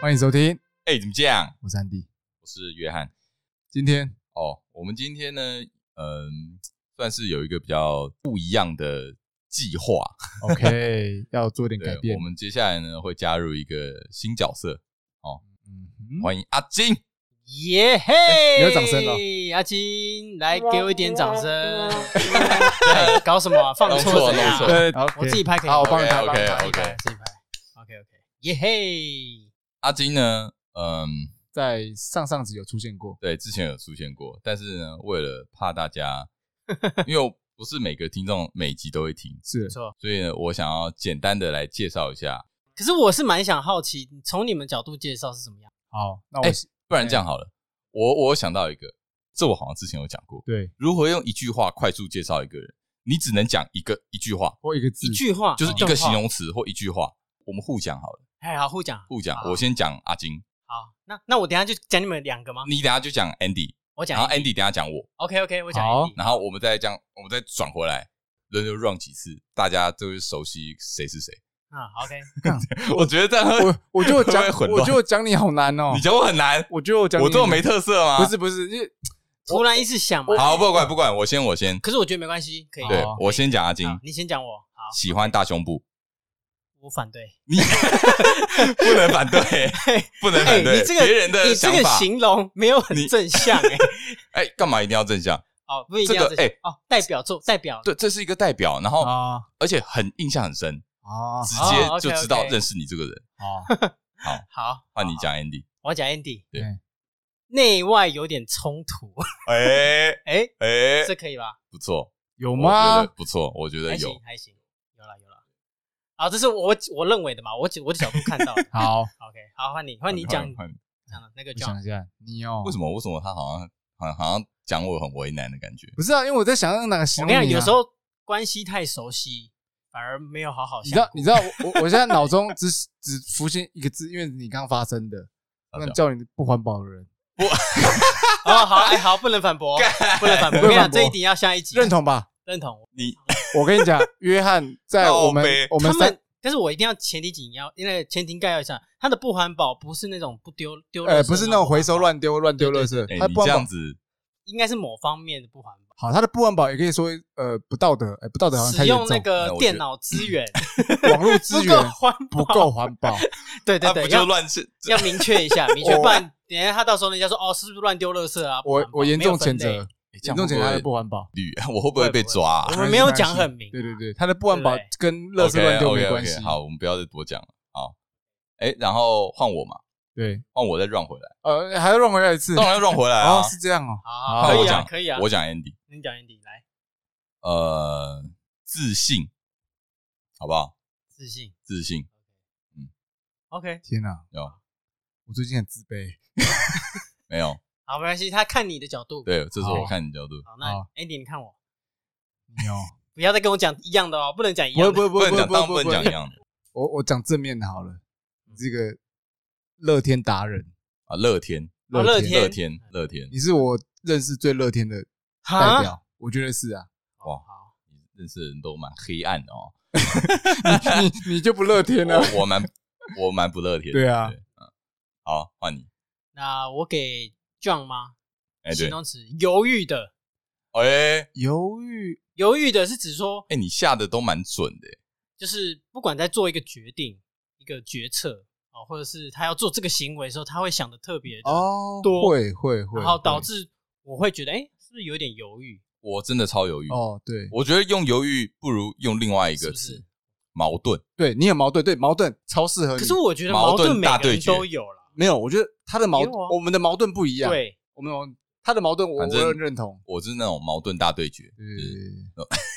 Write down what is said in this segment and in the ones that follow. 欢迎收听，哎、怎么这样？我是安迪。我是约翰。今天哦，我们今天呢，嗯，算是有一个比较不一样的计划。 OK 要做点改对，变我，们接下来呢会加入一个新角色，嗯欢迎阿金。耶嘿！你有掌声哦，阿金，来给我一点掌声。哎搞什么啊？放错弄错谁啊弄？错对，我自己拍可以吗。好，我帮你拍， OK，帮你拍 OK，OK 自己拍。OK OK。耶嘿！阿金呢，嗯，在上上集有出现过，对，之前有出现过，但是呢，为了怕 大家，因为不是每个听众每集都会听，是不错。所以呢，我想要简单的来介绍一下。可是我是蛮想好奇，从你们角度介绍是什么样？好，那我哎、不然这样好了，我我想到一个，这我好像之前有讲过，对如何用一句话快速介绍一个人？你只能讲一个一句话，我一个字一，句话，就是一段个啊话形。容词或一句话。我们互讲好了，哎，好，互讲。互讲。好我先讲阿金，好，那那我等一下就讲你们两个吗？你等下就讲 Andy，我讲然一后个。 Andy 等下讲我， OK OK，我讲一个。好然后我们再这样，我们再转回来，轮流 run 几次，大家就会熟悉谁是谁。 啊，OK。我觉得这样会，我我就讲 会不会，混乱我就讲你好难哦你，讲我很难，我就讲你我这么没特啊色吗？不是，不是，因为突然一时想嘛。好，不管不管，我先我先，可是我觉得没关系，可以。对好我先讲阿金，哦好你先讲我。好，喜欢大胸部，我反对。你不能反对， 不能哎，反 对你这个别人的你这想个法。形容没有很你正向 哎、哎，干嘛一定要正向？哦，不一定要这个向哎哦，代表作代表对，这是一个代表，然后、啊而且很印象很深，啊直接哦，OK，OK 就知道认识你这个人。啊，好，换你讲，Andy。我讲 Andy，对嗯内外有点冲突， 哎哎、哎这可以吧？不错，有我吗。觉得？不错，我觉得还有行。还行，有了有了。好，这是我我认为的嘛，我只我的角度看 到的哎好， OK，好，换你换你讲换换讲了那个我想 John，一下，你哦，为什么？么？为什么他好像好像好像讲我很为难的感觉？不是啊，因为我在想用哪个形我跟容你讲，你啊有时候关系太熟悉，反而没有好好你知道想，。你知道我我我现在脑中只只浮现一个字，因为你刚发生的，那叫你不环保的人， 哦，好，哎，好，不能反驳，不能反驳。我跟你讲，不能反驳这一定要下一集认同吧？认同。你我跟你讲，约翰在我们靠北我们他三们，但是我一定要前提紧要，因为前提概要一下，它的不环保不是那种不丢丢，呃不是那种回收，然后不环乱丢乱丢垃哎圾，他你不这环样保子，保应该是某方面的不环保。好，他的不环保也可以说呃不道德，哎不道德好像太使严用重那，个那我觉得电脑资源网络资不源啊够环不保，够环保， 对对他不对，就要乱是？要明确一下，明 确，我不然等一下他到时候人家说哦，是不是乱丢垃圾啊？不环我保我严重没有谴，分责类，哎这严样重会谴责不他会的不环保。绿， 我会不会被抓啊我们没有讲很明，对对对，他的不环保对跟垃圾乱丢没 OK，OK，OK，关系。好，我们不要再多讲了。好，哎，然后换我嘛，对，换我再 run 回来，呃，还要让回来一次。当然要 run 回来啊哦，。是这样哦。好，好好可我以啊，讲可以啊，我讲 Andy，你讲 Andy 来，呃，自信，好不好？自信自信， ，OK，天哪，有我最近很自卑。没有？好，没关系，他看你的角度，对，这是我好看你角度。好，那好 Andy 你看我，你哦，不要再跟我讲一样的哦，不能讲一不会样不的，会不会不能不会讲，不当会然不能讲一样的我我讲正面的好了，你这个乐天达人，啊。乐天，好乐天乐天，乐天，你是我认识最乐天的代哈，表，我觉得是 啊。哇好，你认识的人都蛮黑暗的哦。你你就不乐 天了，我我蛮我蛮不乐天的。对啊嗯，好，换你。那我给 John 吗？哎，形对，容词，犹豫的，哎犹豫犹豫的是指说，哎，你下的都蛮准的。就是不管在做一个决定、一个决策哦，或者是他要做这个行为的时候，他会想的特别的，哦，多会会会，然后导会致我会觉得，哎，是不是有点犹豫？我真的超犹豫。哦，对我觉得用犹豫不如用另外一是个不是词，矛盾。对，你很矛盾，对矛盾超适合你。可是我觉得矛矛盾盾每大个对人决都有了，没有，我觉得他的矛没有啊，我们的矛盾不一样，，对，我们有他的矛盾，我反我正很认同。我是那种矛盾大对决。对就是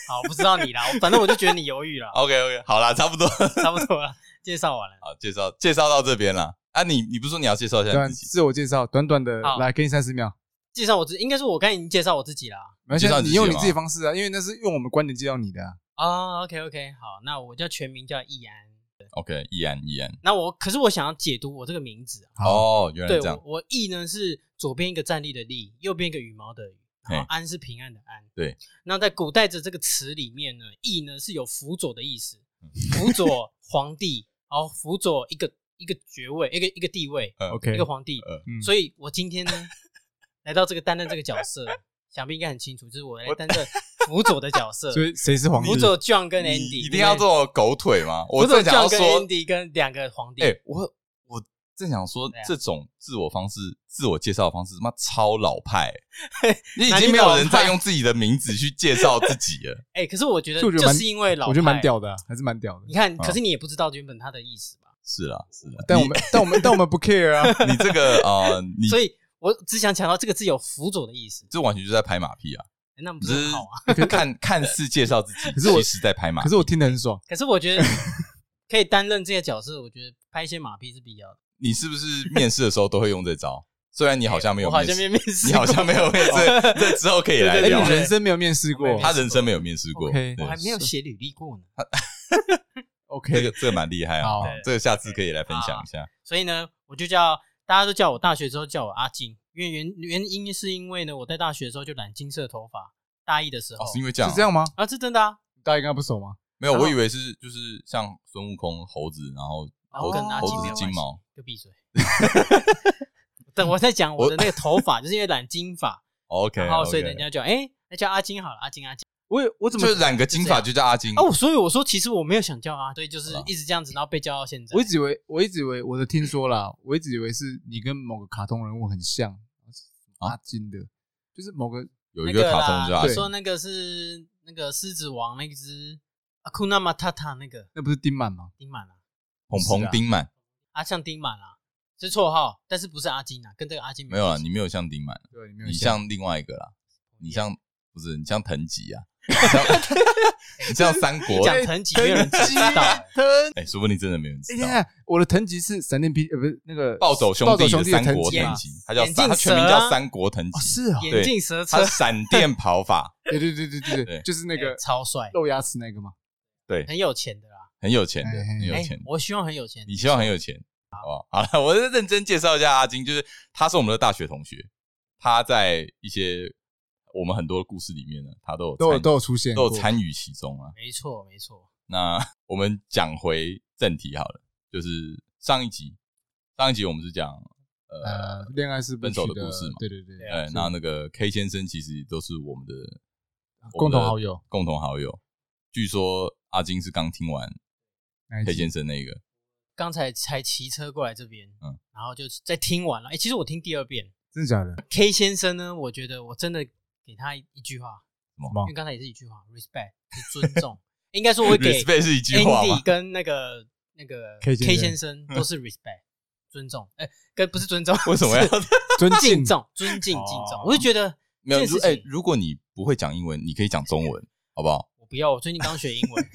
好，我不知道你啦，我反正我就觉得你犹豫 了，哦 OK OK，好啦，差不多。差不多了，介绍完了。好，介绍介绍到这边啦。啊你，你不是说你要介绍一对，啊下短你自己？自我介绍，短短的，好来给你三十秒。介绍我自，应该是我刚才已经介绍我自己啦。没关介绍系，你你自己用你吗自己的方式啊，因为那是用我们观点介绍你的啊。啊，OK，OK、o k OK，好，那我叫全名叫易安。 OK，易安，易安。那我可是我想要解读我这个名字啊，哦，原来对，这样我。我义呢是左边一个站立的立，右边一个羽毛的羽，然后嘿安是平安的安。对，那在古代的这个词里面呢，义呢是有辅佐的意思嗯，辅佐皇帝，然后辅佐一个一一个爵位，一个一个地位，嗯 OK 一个皇帝。呃，嗯所以我今天呢，来到这个担任这个角色，想必应该很清楚，就是我来担任辅佐的角 色。所以谁是皇帝辅？佐 John 跟你 Andy 一定要对不对，做狗腿吗？我辅佐正想要 John 跟说， Andy 跟两个皇帝哎，我我正想说对啊，这种自我方式、自我介绍的方式，他妈超老派、 欸你已哪里经没有人老派在用自己的名字去介绍自己了。 哎，可是我觉得所以我觉得就蛮是因为老，我觉得蛮。屌的啊，还是蛮屌的你。看，啊可是你也不知道原本他的意思吧？是啦，是啦，但我们但我们但我们不 care 啊，你这个呃，你所以我只想强调这个字有辅佐的意思，这完全就是在拍马屁啊！那不是只很好啊？是看看似介绍自己，可是我其实在拍马啊可屁是。我听得很爽。可是我觉得可以担任这些角色，我觉得拍一些马屁是必要的。你是不是面试的时候都会用这招？虽然你好像没有我好面像试，没面试，你好像没有面试，这之后可以来哎，哦对你聊。人生没有面试过我没有他人生没有面试过， OK 对 我还没有写履历过呢。这？OK，个这个蛮厉害啊好，这个下次可以来分享一下。所以呢，我就叫大家都叫我大学之后叫我阿金，因为原原因是因为呢，我在大学的时候就染金色头发，大一的时候、哦，是因为这样是啊这样吗？啊，这真的啊，大家跟他不熟吗？没有，然后我以为是就是像孙悟空猴子，然后然后猴跟哦阿猴金没子有是关金系，毛，就闭嘴。 等我在讲我的那个头发，就是因为染金 发，哦，OK，嗯然后所以人 OK 家叫哎，那叫阿金好了，阿金阿金。我也我怎么就染个金发就叫阿金哦，所以我说其实我没有想叫啊，对，就是啊一直这样子，然后被叫到现在。我一直以为我一直以为我的听说啦，我一直以为是你跟某个卡通人物很像，啊阿金的，就是某个有一那啦个卡通叫阿对你金说那个是那个狮子王那只阿库纳马塔塔那个那不是丁满吗？丁满啊，鹏是鹏啊丁满，阿像丁满啊，是绰号，但是不是阿金啊，跟这个阿金没有啊，关系你没有像丁满，对，你没有哎你像另外一个啦，你像不是你像藤吉 啊， 你像你像三你国，讲藤吉没有人知道欸，哎，说不定真的没人知 哎道。呀，我的藤吉是闪电霹，呃，不是那个暴走兄暴弟走兄的弟的三国藤吉藤嘛吉，他叫眼三，镜他全名蛇叫啊三国藤哦，吉，是啊，对眼镜蛇车他闪电跑法，对对对对对对，对就是那个欸超帅，露牙齿那个嘛，对，很有钱的啦，很有钱的，哎很有哎钱的。我希望很有钱，你希望很有钱，好不好？好了，我是认真介绍一下阿金，就是他是我们的大学同学，他在一些我们很多故事里面呢，他都有都有参都有出现都过，有参与其中啊。没错没错，那我们讲回正题好了，就是上一集，上一集我们是讲呃，呃恋爱是分手的故事嘛对对对，对呃，是那那个 K 先生其实都是我们的啊共同好，友我们的共同好友。据说阿金是刚听完嗯那一 K 集先生那个，刚才才骑车过来这边，嗯然后就在听完了，哎，其实我听第二遍真的假的？ K 先生呢，我觉得我真的给他一一句话，么因为刚才也是一句话，respect 是尊重，应该说我给 respect 是一句话吗 Andy？跟那个那个 K 先生先生都是 respect 尊重，哎，跟不是尊重，为什么要是尊敬敬重、尊敬、哦敬重？我就觉得没有，这件如事哎、情如果你不会讲英文，你可以讲中文，好不好？我不要，我最近刚学英 文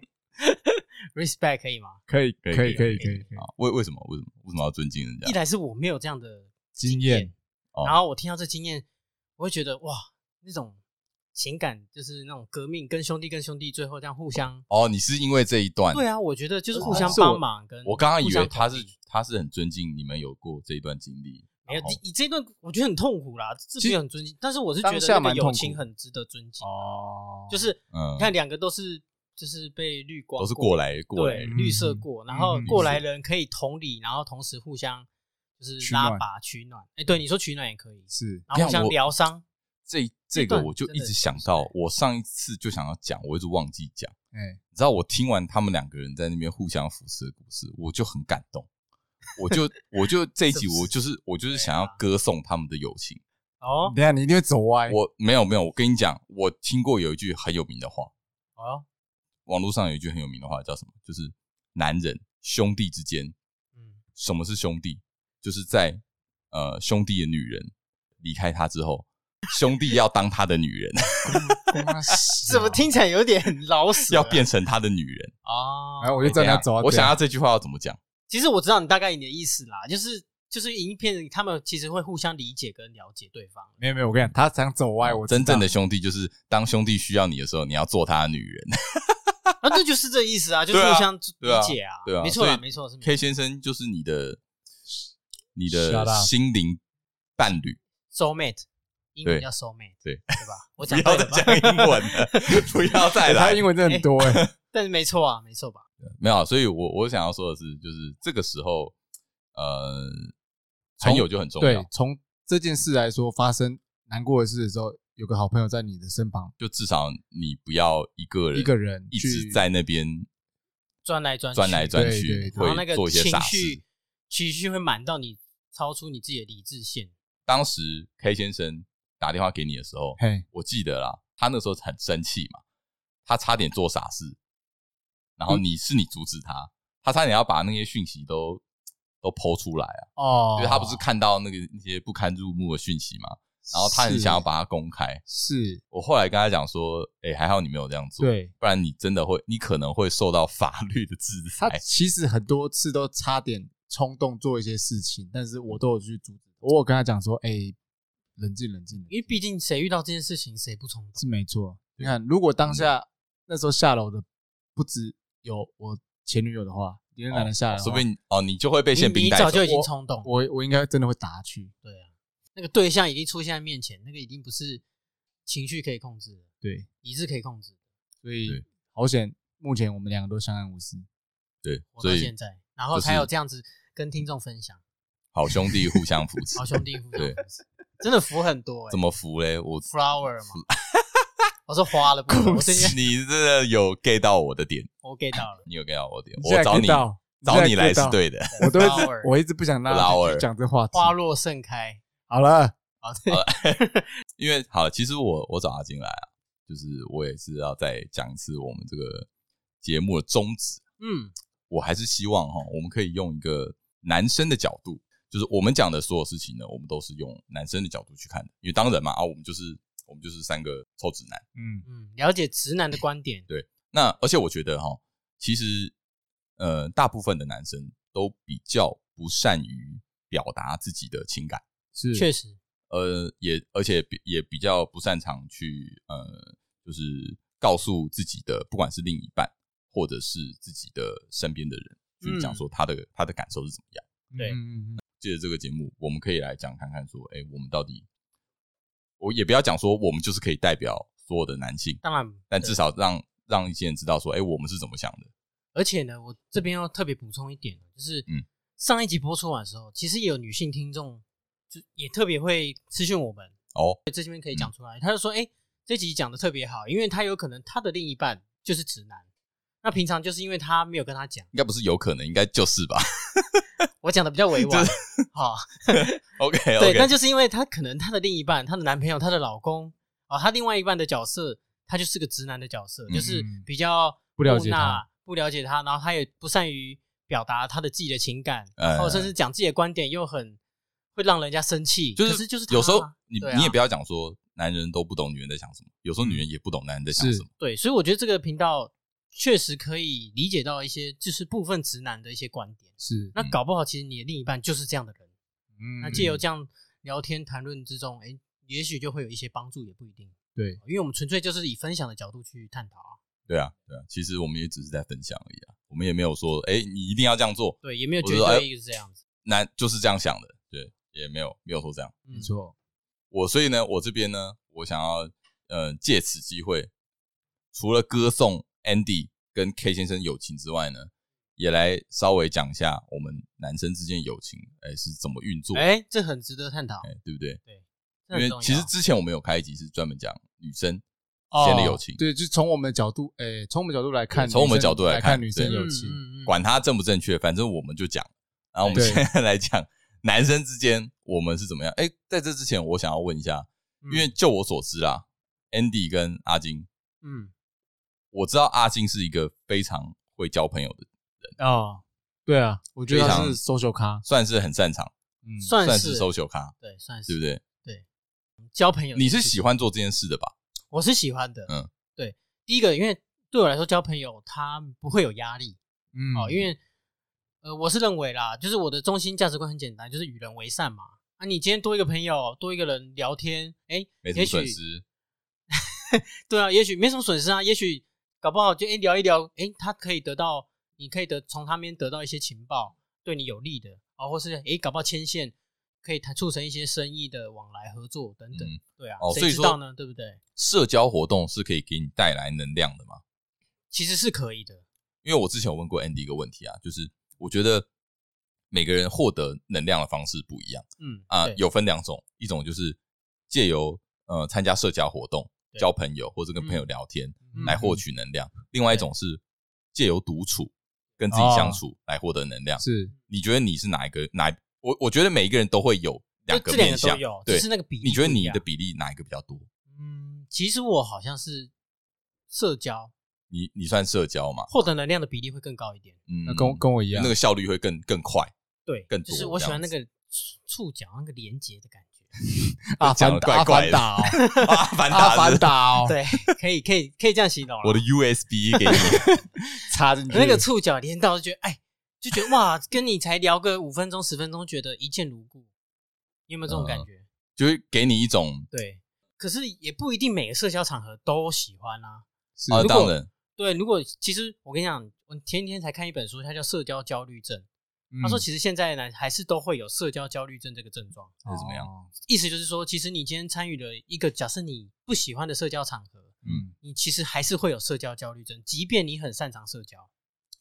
，respect 可以吗？可以可可以以可可以以可可以以可以啊，为为什么为什么为什么要尊敬人家一？来是我没有这样的经验，哦然后我听到这经验，我会觉得哇，那种情感就是那种革命，跟兄弟跟兄弟最后这样互相，哦，你是因为这一段？对啊，我觉得就是互相哦是我帮忙跟呃我刚刚互以相为他同是理他是很尊敬你们有过这一段经历，没有然后你你这段我觉得很痛苦啦，这其没实有很尊敬，但是我是觉当得那下个蛮友痛苦情很值得尊敬，哦，就是嗯你看两个都是就是被绿光都是过来过来对人嗯绿色过，然后嗯过来人可以同理，然后同时互相就是取拉暖拔取暖，哎，对你说取暖也可以，是然后互你看相我疗伤，这这段个我就真一的直是想到，我上一次就想要讲，我一直忘记讲。哎，你知道我听完他们两个人在那边互相扶持的故事，我就很感动，我就我就这一集是不是我就是我就是对想要啊歌颂他们的友情。哦嗯等一下你一定会走歪，我没有没有，我跟你讲，我听过有一句很有名的话，哦，网络上有一句很有名的话叫什么？就是男人兄弟之间，嗯，什么是兄弟？就是在呃兄弟的女人离开他之后，兄弟要当他的女人，怎怎么？听起来有点老死 要了变成他的女人。哦，然后我就这站他样走啊，我对啊想要这句话要怎么讲？其实我知道你大概你的意思啦，就是就是影片他们其实会互相理解跟了解对方。没有没有，我跟你讲，他想走歪，我知道哦真正的兄弟就是当兄弟需要你的时候，你要做他的女人。啊，这就是这意思啊，就是对啊互相理对啊解啊，对啊没错所啦，以没错，是没错 K 先生就是你的你 Shut 的 up 心灵伴侣。 soul mate，英文对叫 soul mate，对对吧？我不讲要对 了吧？ 再讲英文了，不要再他来英。文真的很多哎，但是没错啊，没错吧？没有啊，所以我我想要说的是，就是这个时候，呃，朋友就很重要对，，从这件事来说，发生难过的事的时候，有个好朋友在你的身旁，就至少你不要一个人一个人一去直在那边转来转去转来转对去对，然会后那个做一些情傻事绪。情绪会满到你超出你自己的理智线。当时 K 先生打电话给你的时候，嘿，我记得啦，他那时候很生气嘛，他差点做傻事，然后嗯你是你阻止他，他差点要把那些讯息都都抛出来啊，哦因为他不是看到那个那些不堪入目的讯息嘛，然后他很想要把它公开。是我后来跟他讲说，哎、还好你没有这样做，对不然你真的会，你可能会受到法律的制他裁。其实很多次都差点冲动做一些事情，但是我都有去阻止，我有跟他讲说，哎、冷静冷静，因为毕竟谁遇到这件事情谁不冲动？是没错。你看，如果嗯当下、那时候下楼的不只有我前女友的话，连哦男的下来的话，说不定哦，你就会被宪你兵你带走。早就已经冲动，我我应该真的会打他去。对啊，那个对象已经出现在面前，那个已经不是情绪可以控制的，对，理智可以控制的。所以对好险，目前我们两个都相安无事。对，我所到以现在，然后就是才有这样子跟听众分享，好兄弟互相扶持好，兄弟互相对扶持，真的福很多哎、怎么扶 嘞？我 flower 嘛？我说花了，不是我是因为 你真的有 get 到我的点，我 get 到 了，你有 get 到我的点，现在我找 get 你到找你现在来 get 是到对的。 我都一直 Flower 我一直不想让他 Flower 去讲这话题。花落盛开好了，啊，好因为好，其实我我找他进来啊，就是我也是要再讲一次我们这个节目的宗旨。嗯，我还是希望哈，我们可以用一个男生的角度，就是我们讲的所有事情呢，我们都是用男生的角度去看的。因为当然嘛，啊，我们就是我们就是三个臭直男。嗯，嗯，了解直男的观点，那而且我觉得哈，其实呃，大部分的男生都比较不善于表达自己的情感。是确实，呃，也而且比也比较不擅长去呃，就是告诉自己的，不管是另一半或者是自己的身边的人，去嗯讲说他的、他的感受是怎么样。对嗯嗯嗯借着这个节目，我们可以来讲看看说，哎、我们到底，我也不要讲说我们就是可以代表所有的男性，当然，但至少让让一些人知道说，哎、我们是怎么想的。而且呢，我这边要特别补充一点，哦就是嗯上一集播出完的时候，其实也有女性听众就也特别会私讯我们，哦，这边可以讲出来，他就说，哎、这集讲的特别好，因为他有可能他的另一半就是直男，那平常就是因为他没有跟他讲，应该不是有可能，应该就是吧。 我讲的比较委婉就，好。 OK 对，那 OK，就是因为她可能她的另一半、她的男朋友、她的老公啊，她另外一半的角色，他就是个直男的角色，嗯就是比较不了解木讷他，不了解他，然后他也不善于表达他的自己的情感，哎然后甚至讲自己的观点又很会让人家生气，就可是是就是他有时候啊你、对啊嗯你也不要讲说男人都不懂女人在想什么，有时候女人也不懂男人在想是什么。对，所以我觉得这个频道确实可以理解到一些就是部分直男的一些观点，是，嗯那搞不好其实你的另一半就是这样的人，嗯那借由这样聊天谈论之中，哎，也许就会有一些帮助，也不一定。对因为我们纯粹就是以分享的角度去探讨啊，对啊，对啊，其实我们也只是在分享而已啊，我们也没有说，哎、你一定要这样做，对，也没有我绝知道哎对一个是这样子，男就是这样想的，对，也没有没有说这样。没没，错，我所以呢，我这边呢，我想要呃借此机会，除了歌颂 Andy 跟 K 先生友情之外呢，也来稍微讲一下我们男生之间友情，哎、是怎么运作，哎、哎，这很值得探讨，对不对？这因很为重要哦其实之前我们有开一集是专门讲女生之间的友情，对，就从我们的角度，哎，从我们角度来看，对嗯从我们女生角度来来看女生对友情，嗯嗯嗯管它正不正确，反正我们就讲。然后我们对现在来讲男生之间我们是怎么样。哎，在这之前，我想要问一下，嗯因为就我所知啦，Andy 跟阿金，嗯我知道阿金是一个非常会交朋友的，嗯哦，对啊，我觉得非他常是 social 咖，算是很擅长，嗯，算算是是 social 咖，对，算对是不对？交朋友，你是喜，欢做这件事的吧？我是喜欢的，嗯，对，第一个因为对我来说交朋友他不会有压力嗯哦，因为呃我是认为啦，就是我的中心价值观很简单，就是与人为善嘛。啊，你今天多一个朋友，多一个人聊天，哎，没什也么许损失，对啊，也许没什么损失啊，也许搞不好就哎、诶聊一聊，哎、他可以得到，你可以得从他那边得到一些情报，对你有利的啊，或是哎、诶搞不好牵线可以谈促成一些生意的往来合作等等，嗯对啊，哦谁所以知说道呢？对不对？社交活动是可以给你带来能量的嘛？其实是可以的，因为我之前有问过 Andy 一个问题啊，就是我觉得每个人获得能量的方式不一样嗯啊、对有分两种，一种就是借由呃参加社交活动、对交朋友或者跟朋友聊天、嗯来获取能量，另外一种是借由独处跟自己相处来获得能量。哦嗯是你觉得你是哪一个？哪一我我觉得每一个人都会有两就个这两面个都向有，，只对是。那个比例你觉得不一你样的比例哪一个比较多？嗯，其实我好像是社交你你算社交嘛？获得能量的比例会更高一点。嗯，那跟我跟我一样那，个效率会更更快。 对，更就是多我这喜欢样那子个触触角那个连接的感觉。阿讲凡得达，怪阿怪凡达哦，的阿 凡达阿是，凡达哦，对，可以可以可以这样形容啊啦。我的 USB 给你，插进去那个触角连到就觉得，哎，就觉得哇，跟你才聊个五分钟十分钟，觉得一见如故。你有没有这种感嗯觉？就是给你一种对，可是也不一定每个社交场合都喜欢啊。是啊，如果当然，对，如果其实我跟你讲，我前几天才看一本书，它叫《社交焦虑症》。嗯他说，其实现在呢，还是都会有社交焦虑症这个症状。是怎么样哦意思就是说，其实你今天参与了一个假设你不喜欢的社交场合，嗯，你其实还是会有社交焦虑症，即便你很擅长社交。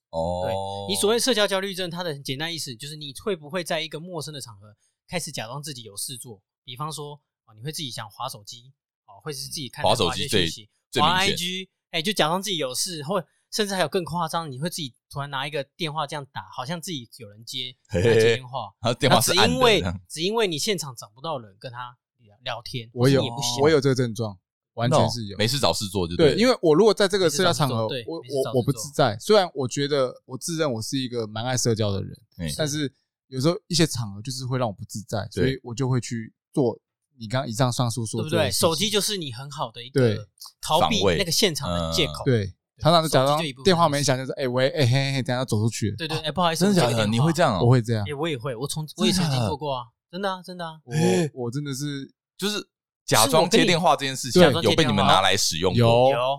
哦，你所谓社交焦虑症，它的很简单意思就是你会不会在一个陌生的场合开始假装自己有事做？比方说，哦，你会自己想划手机，哦，或者是自己看滑滑手机最最滑明显 IG，哎、就假装自己有事，或甚至还有更夸张，你会自己突然拿一个电话这样打，好像自己有人接嘿来嘿嘿接电话，他 电话那是只暗因的为这样，只因为你现场找不到人跟他聊聊天，我有啊你也不行，哦我有这个症状，完全是有没。事找事做就对，因为为我如果在这个没事社交找事场做合，我对没事找我事我不做自在。虽然我觉得我自认我是一个蛮爱社交的人，但是有时候一些场合就是会让我不自在，所以对我就会去做你刚刚以上上述说对的不这个对？事手机情就是你很好的一对个逃避防卫嗯那个现场的借口，对，常常就假手机装就一部分电话东没西响，就是哎喂哎嘿嘿，等一下走出去了，对对，哎，不好意思，真的我假接个的？电你话会这样啊？我会这样哎、，我也会，我从我也曾真经的做过啊，真的啊，真的啊，我我真的是就是假装接电话这件事情对有被你们拿来使用过？有有，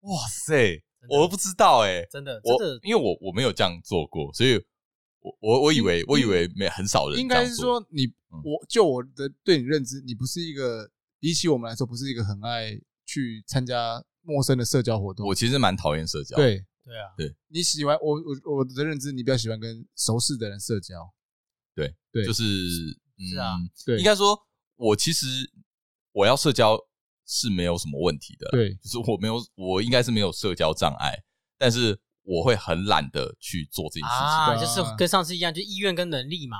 哇塞，真的啊我都不知道哎，真的，真我的，因为我我没有这样做过，所以我我我以为我以为没很少人应这样该是做说你嗯我就我的对你认知，你不是一个比起我们来说不是一个很爱去参加陌生的社交活动我，其实蛮讨厌社交，，对。对啊，你喜欢我我我的认知，你比较喜欢跟熟识的人社交，对就是嗯是啊对应该说，我其实我要社交是没有什么问题的，，对就是我没有，我应该是没有社交障碍，但是我会很懒得去做这件事情。啊，对就啊是跟上次一样，就意愿跟能力 嘛，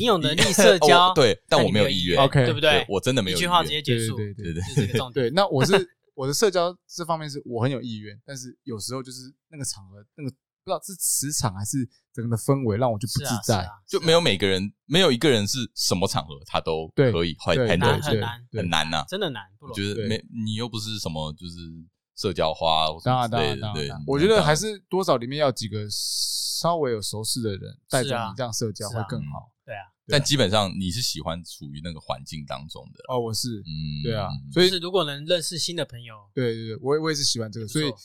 你有能力社交， 哦对，但你我没有意愿 OK 对不对我真的没有一意句话愿直，接结对束，对对对对就是这 个重点，对。那我是我的社交这方面是我很有意愿，但是有时候就是那个场合，那个不知道是磁场还是整个的氛围让我就是不啊自，是在，啊就没有每个人，没有一个人是什么场合他都对可以对 handle 难住很难对很难呐。啊真的难，不我容觉易，得对没你又不是什么就是社交花或什当么然，之当类然，的，当对嗯然，，啊我觉得还是是多少里面要几个稍微有熟识的人带着你这样社交是啊会更好。对啊，但基本上你是喜欢处于那个环境当中的，哦，我是，嗯，对啊，所就以是如果能认识新的朋友，对对对，我也我也是喜欢这个，不所以错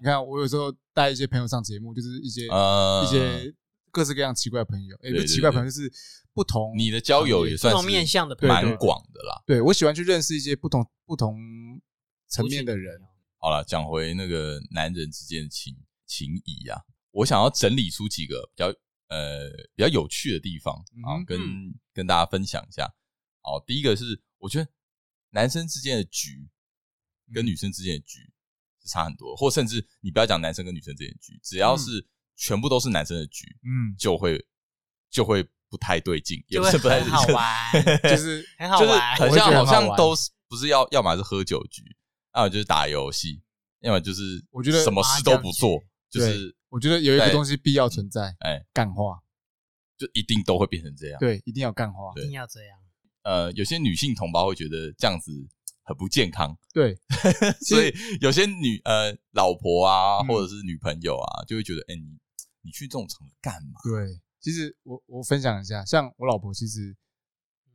你看，我有时候带一些朋友上节目，就是一些呃，一些各式各样奇怪的朋友，也不对是对奇怪对朋友，就是不同你的交友也不算同是面向的朋友，蛮广的啦。对我喜欢去认识一些不同不同层族群面的人朋。友，好了，讲回那个男人之间的情情谊啊，我想要整理出几个比较呃比较有趣的地方嗯啊，哼跟、嗯跟大家分享一下。好，第一个是我觉得男生之间的局嗯跟女生之间的局是差很多，或甚至你不要讲男生跟女生之间的局，只嗯要是全部都是男生的局，嗯，就会就会不太对劲，也就不会是不太很对好劲，玩， 就是很好就是玩，很我会觉像得好很好像玩都是不是要要么是喝酒局，要么就是打游戏，要么就是我觉得什么事都不做，就是我觉得有一个对东西必要存在，哎，干话，就一定都会变成这样。对，一定要干话，一定要这样，呃，有些女性同胞会觉得这样子很不健 康，对，所以有些女呃老婆啊，嗯或者是女朋友啊，就会觉得，哎，你你去这种场合干嘛？对，其实我我分享一下，像我老婆其实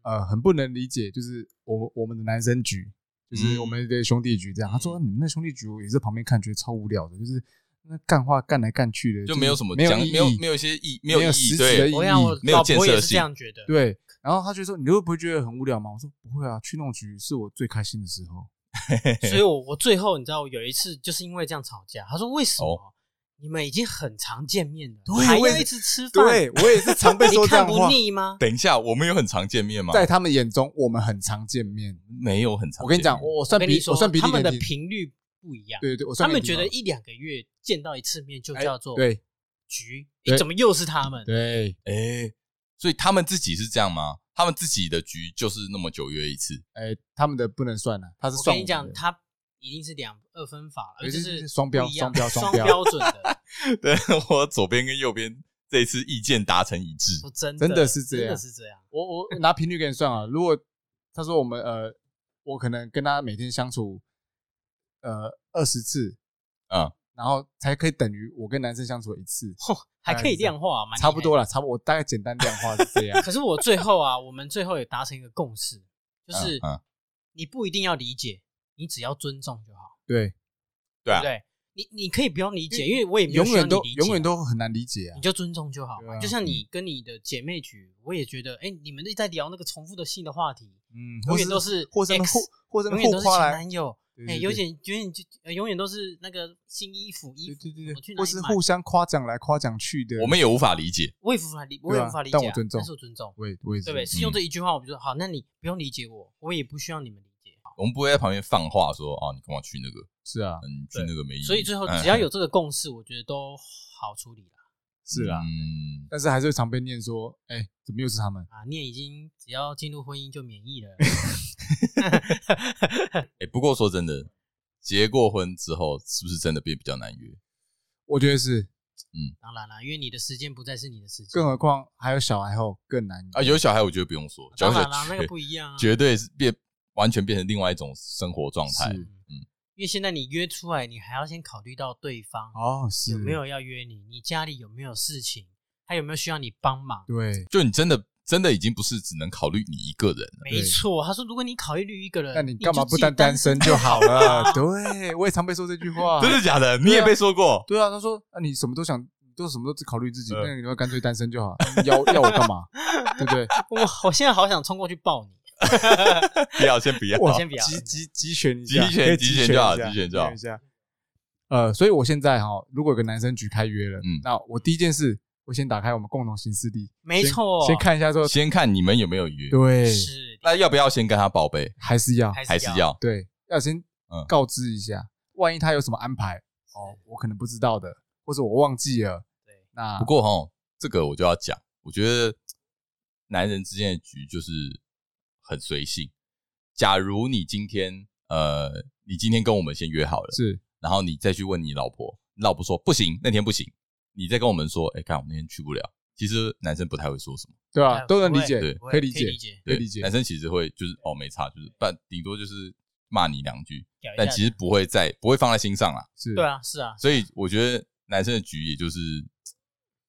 呃很不能理解，就是我我们的男生局，就是嗯我们的兄弟局这样。她说啊嗯你们那兄弟局，我也是旁边看，觉得超无聊的，就是那干话干来干去的，就是没有什么没有讲，意没有义没有一些意，没没有意实义，质的对意义我想我没有老建婆也设是这性样觉得，对，然后她就说你会不会觉得很无聊吗？我说不会啊，去那种局是我最开心 的时候。所以我我最后你知道有一次就是因为这样吵架，他说为什么？哦你们已经很常见面了，对还我也要是一直吃饭，对 我也是常被说你这看样的不话。腻吗？等一下，我们有很常见面吗？在他们眼中，我们很常见面。没有很常见面。我跟你讲，我我算我跟比你说，我算比例他们的年纪频率不一样，对对，我他算们比例觉得嘛一两个月见到一次面就哎叫做对局，对诶怎么又是他们？对，哎、所以他们自己是这样吗？他们自己的局就是那么久约一次，哎，他们的不能算了，他是我算跟你们讲，的他一定是两二分法了，对就对对是双标不一样双标双双标准的。 对我左边跟右边这一次意见达成一致说真的，真真的是这样的是这样。我我拿频率给你算啊。如果他说我们呃，我可能跟他每天相处呃二十次，嗯啊、然后才可以等于我跟男生相处一次，嚯，还可以量化，蛮厉害。差不多。了，差不多。我大概简单量化是这样 可是我最后啊，我们最后也达成一个共识，就嗯。是嗯，你不一定要理解，你只要尊重就好，对，对对啊不，对？你你可以不用理解，因为我也没有永需要远你都理解，啊永远都很难理解啊你。就尊重就好对嘛。啊就像你跟你的姐妹局，我也觉得，哎，你们一直在聊那个重复的性的话题，嗯，永远都是或是他们 X，互或是他永们远互都是前夸来，男友，对哎，对有对点永远就呃永远都是那个新衣服衣对服对什对么去对，哪或里是买互相夸奖来夸奖去的。我们也无法理解。我也无法理，我对也啊无法理解、但啊，我尊重但是我尊重，我也我也对不对？是嗯是用这一句话，我们就说好，那你不用理解我，我也不需要你们理解。我们不会在旁边放话说哦，你干嘛去那个？是啊嗯，去那个没意义。所以最后嗯哎只要有这个共识，我觉得都好处理了是啊，嗯，但是还是会常被念说，哎，怎么又是他们？啊。你也已经只要进入婚姻就免疫了，哎、不过说真的，结过婚之后是不是真的变比较难约？我觉得是，当然啦，因为你的时间不再是你的时间更何况还有小孩后更难啊，有小孩我觉得不用说，小当孩然啦，那个绝不一样啊。 绝对是变完全变成另外一种生活状态。是因为现在你约出来，你还要先考虑到对方哦，是有没有要约你，你家里有没有事情，他有没有需要你帮忙。对？就你真的真的已经不是只能考虑你一个人了。没错，他说如果呃你考虑一个人，那你干嘛就不自己单单身就好了？啊对，我也常被说这句话。真的假的？你也被说过？对啊，他说啊，你什么都想，你都什么都只考虑自己，嗯那你就干脆单身就好，要要我干 嘛？对不对？ 我我现在好想冲过去抱你，不要，先不要。先不要集集集选一集选可以集选就好一下集选就好一下。呃，所以我现在哈，如果有个男生局开约了，嗯那我第一件事，我先打开我们共同行事历，没错先先看一哎下说，先看你们有没有约。对，是那要不要先跟他报备？还是要还还是要？对，要先嗯告知一下，万一他有什么安排哦，我可能不知道的，或者我忘记了，对，那不过哈，这个我就要讲，我觉得男人之间的局就是很随性。假如你今天呃，你今天跟我们先约好了，是然后你再去问你老婆，你老婆说不行，那天不行，你再跟我们说，哎，看我那天去不了。其实男生不太会说什么，对哎啊，都能不理会解对，不会可以理理解，解，可以对，理解男生其实会就是哦没差，就是但顶多就是骂你两句，屌一下但其实不会在不会放在心上啦。是，对啊，是啊，所以我觉得男生的局也就是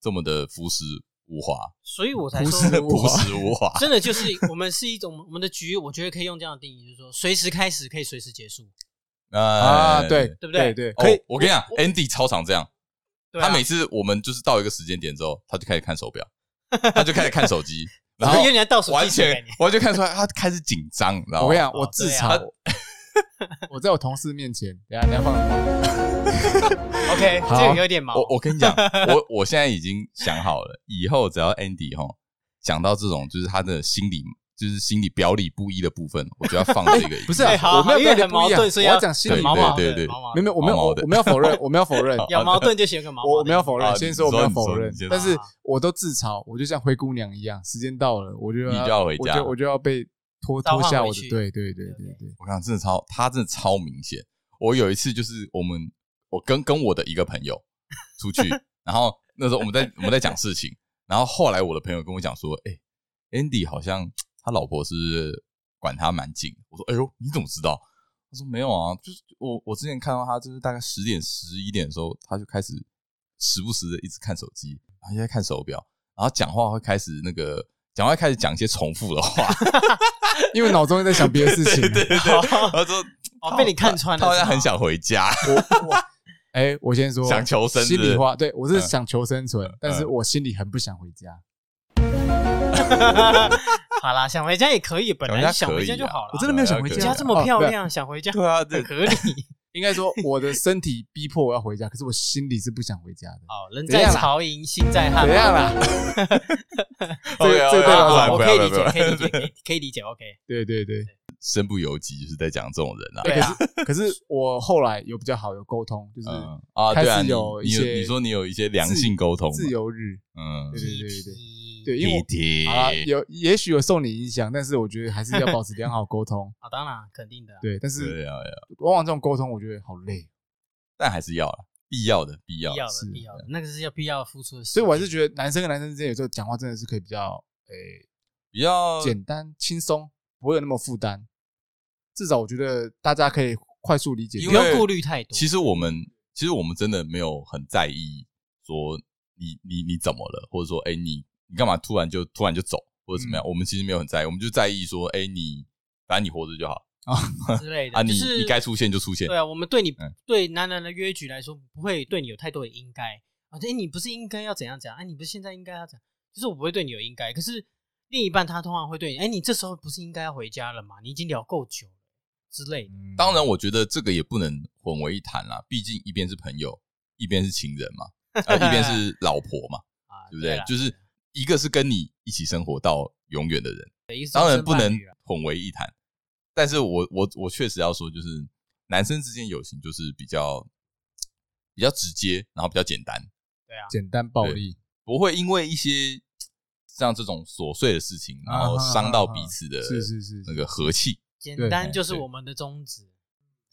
这么的朴实无华，所以我才不说， 是朴实无华。真的就是我们是一种 我们的局，我觉得可以用这样的定义，就是说随时开始可以随时结束，啊，对，对不对对对，哎哦可以，我跟你讲，Andy 超常这样，对啊他每次我们就是到一个时间点之后，他就开始看手表， 他就开始看 手机，然我后有点倒数完计时的全概念，完全看出来他开始紧张，你知道我吗跟你？讲，我哦自对啊嘲， 我在我同事面前，等一下等 一下放什么， OK， 好这个有点毛，我我跟 你讲，我我现在已经想好了，以后只要 Andy 哈讲到这种就是他的心理就是心理表里不一的部分，我就要放这个不是啊对，好，我没好有因为跟你很不一矛样盾，所以我要要讲心里很毛对毛对的对毛毛没的有没有，我没有毛毛我的我们要否认，我们要否 认，有矛盾就选个毛毛的，啊我我没有否认，啊先你说我没说有你否说认你先，但是说我都自嘲，我就像灰姑娘一样，时间到了，我就你就要回我家就我就要被拖召拖唤下回我的，去对对对对对对，我看真的超，他真的超明显。我有一次就是我们，我跟跟我的一个朋友出去，然后那时候我们在我们在讲事情，然后后来我的朋友跟我讲说，哎、a n d y 好像他老婆是不是管他蛮紧。我说，哎呦，你怎么知道？他说没有啊，就是我我之前看到他就是大概十点十一点的时候，他就开始时不时的一直看手机，然后就在看手表，然后讲话会开始那个讲话会开始讲一些重复的话， 因为脑中在想别的事情啊，然后说 哦被你看穿了他好像是吗很想回家。我我哎，我先说想求生是心不是里话，对我是嗯想求生存，但是我心里很不想回家，好啦，想回家也可以，本来想回家想可回以家就啊好了，我真的没有想回回家家这么哦漂 没有亮，想回家对啊，这很合理，应该说我的身体逼迫我要回家，可是我心里是不想回家的。好，人怎在样啦曹营心在汉啊怎嘛。样 啊啦？这个 OK，OK，这个代好表好好什么我不可要以理不解，要可以理解，可以可以理解。OK， 对对对，身不由己，就是在讲这种人啊。对啊，可是我后来有比较好有沟通，就是嗯啊，开对始啊，你有一你有些你说你有一些良性沟通嘛，自由日，嗯对，对对对对对。对，因为一我体好啦，有也许有受你影响，但是我觉得还是要保持良好沟通 啊，当然肯定的啊。对，但是对啊，对啊往往这种沟通，我觉得好累，但还是要了，必要的，嗯必要必的要的是，必要的，那个是要必要付出的时间。所以我还是觉得男生跟男生之间有时候讲话真的是可以比较诶、比较简单轻松，不会有那么负担。至少我觉得大家可以快速理解。因不为用顾虑太多。其实我们其实我们真的没有很在意说你你你怎么了，或者说哎、你你干嘛突然就突然就走或者怎嗯么样，我们其实没有很在意，我们就在意说哎、你反正你活着就好之类的啊，就你是你该出现就出现对，啊，我们对你嗯对男人的约局来说，不会对你有太多的应该啊。哎，你不是应该要怎样怎样？哎，你不是现在应该要怎样？就是我不会对你有应该，可是另一半他通常会对你，哎，你这时候不是应该要回家了吗？你已经聊够久了之类的。嗯当然，我觉得这个也不能混为一谈啦，毕竟一边是朋友，一边是情人嘛，呃，一边是老婆嘛，啊，对不对对啦？就是一个是跟你一起生活到永远的人，对一个是当终然身不能伴侣啦混为一谈。但是我我我确实要说，就是男生之间友情就是比较比较直接，然后比较简单，对啊，嗯简单暴力，不会因为一些像这种琐碎的事情，然后伤到彼此的是是是那个和气。简对单就是对我们的宗旨。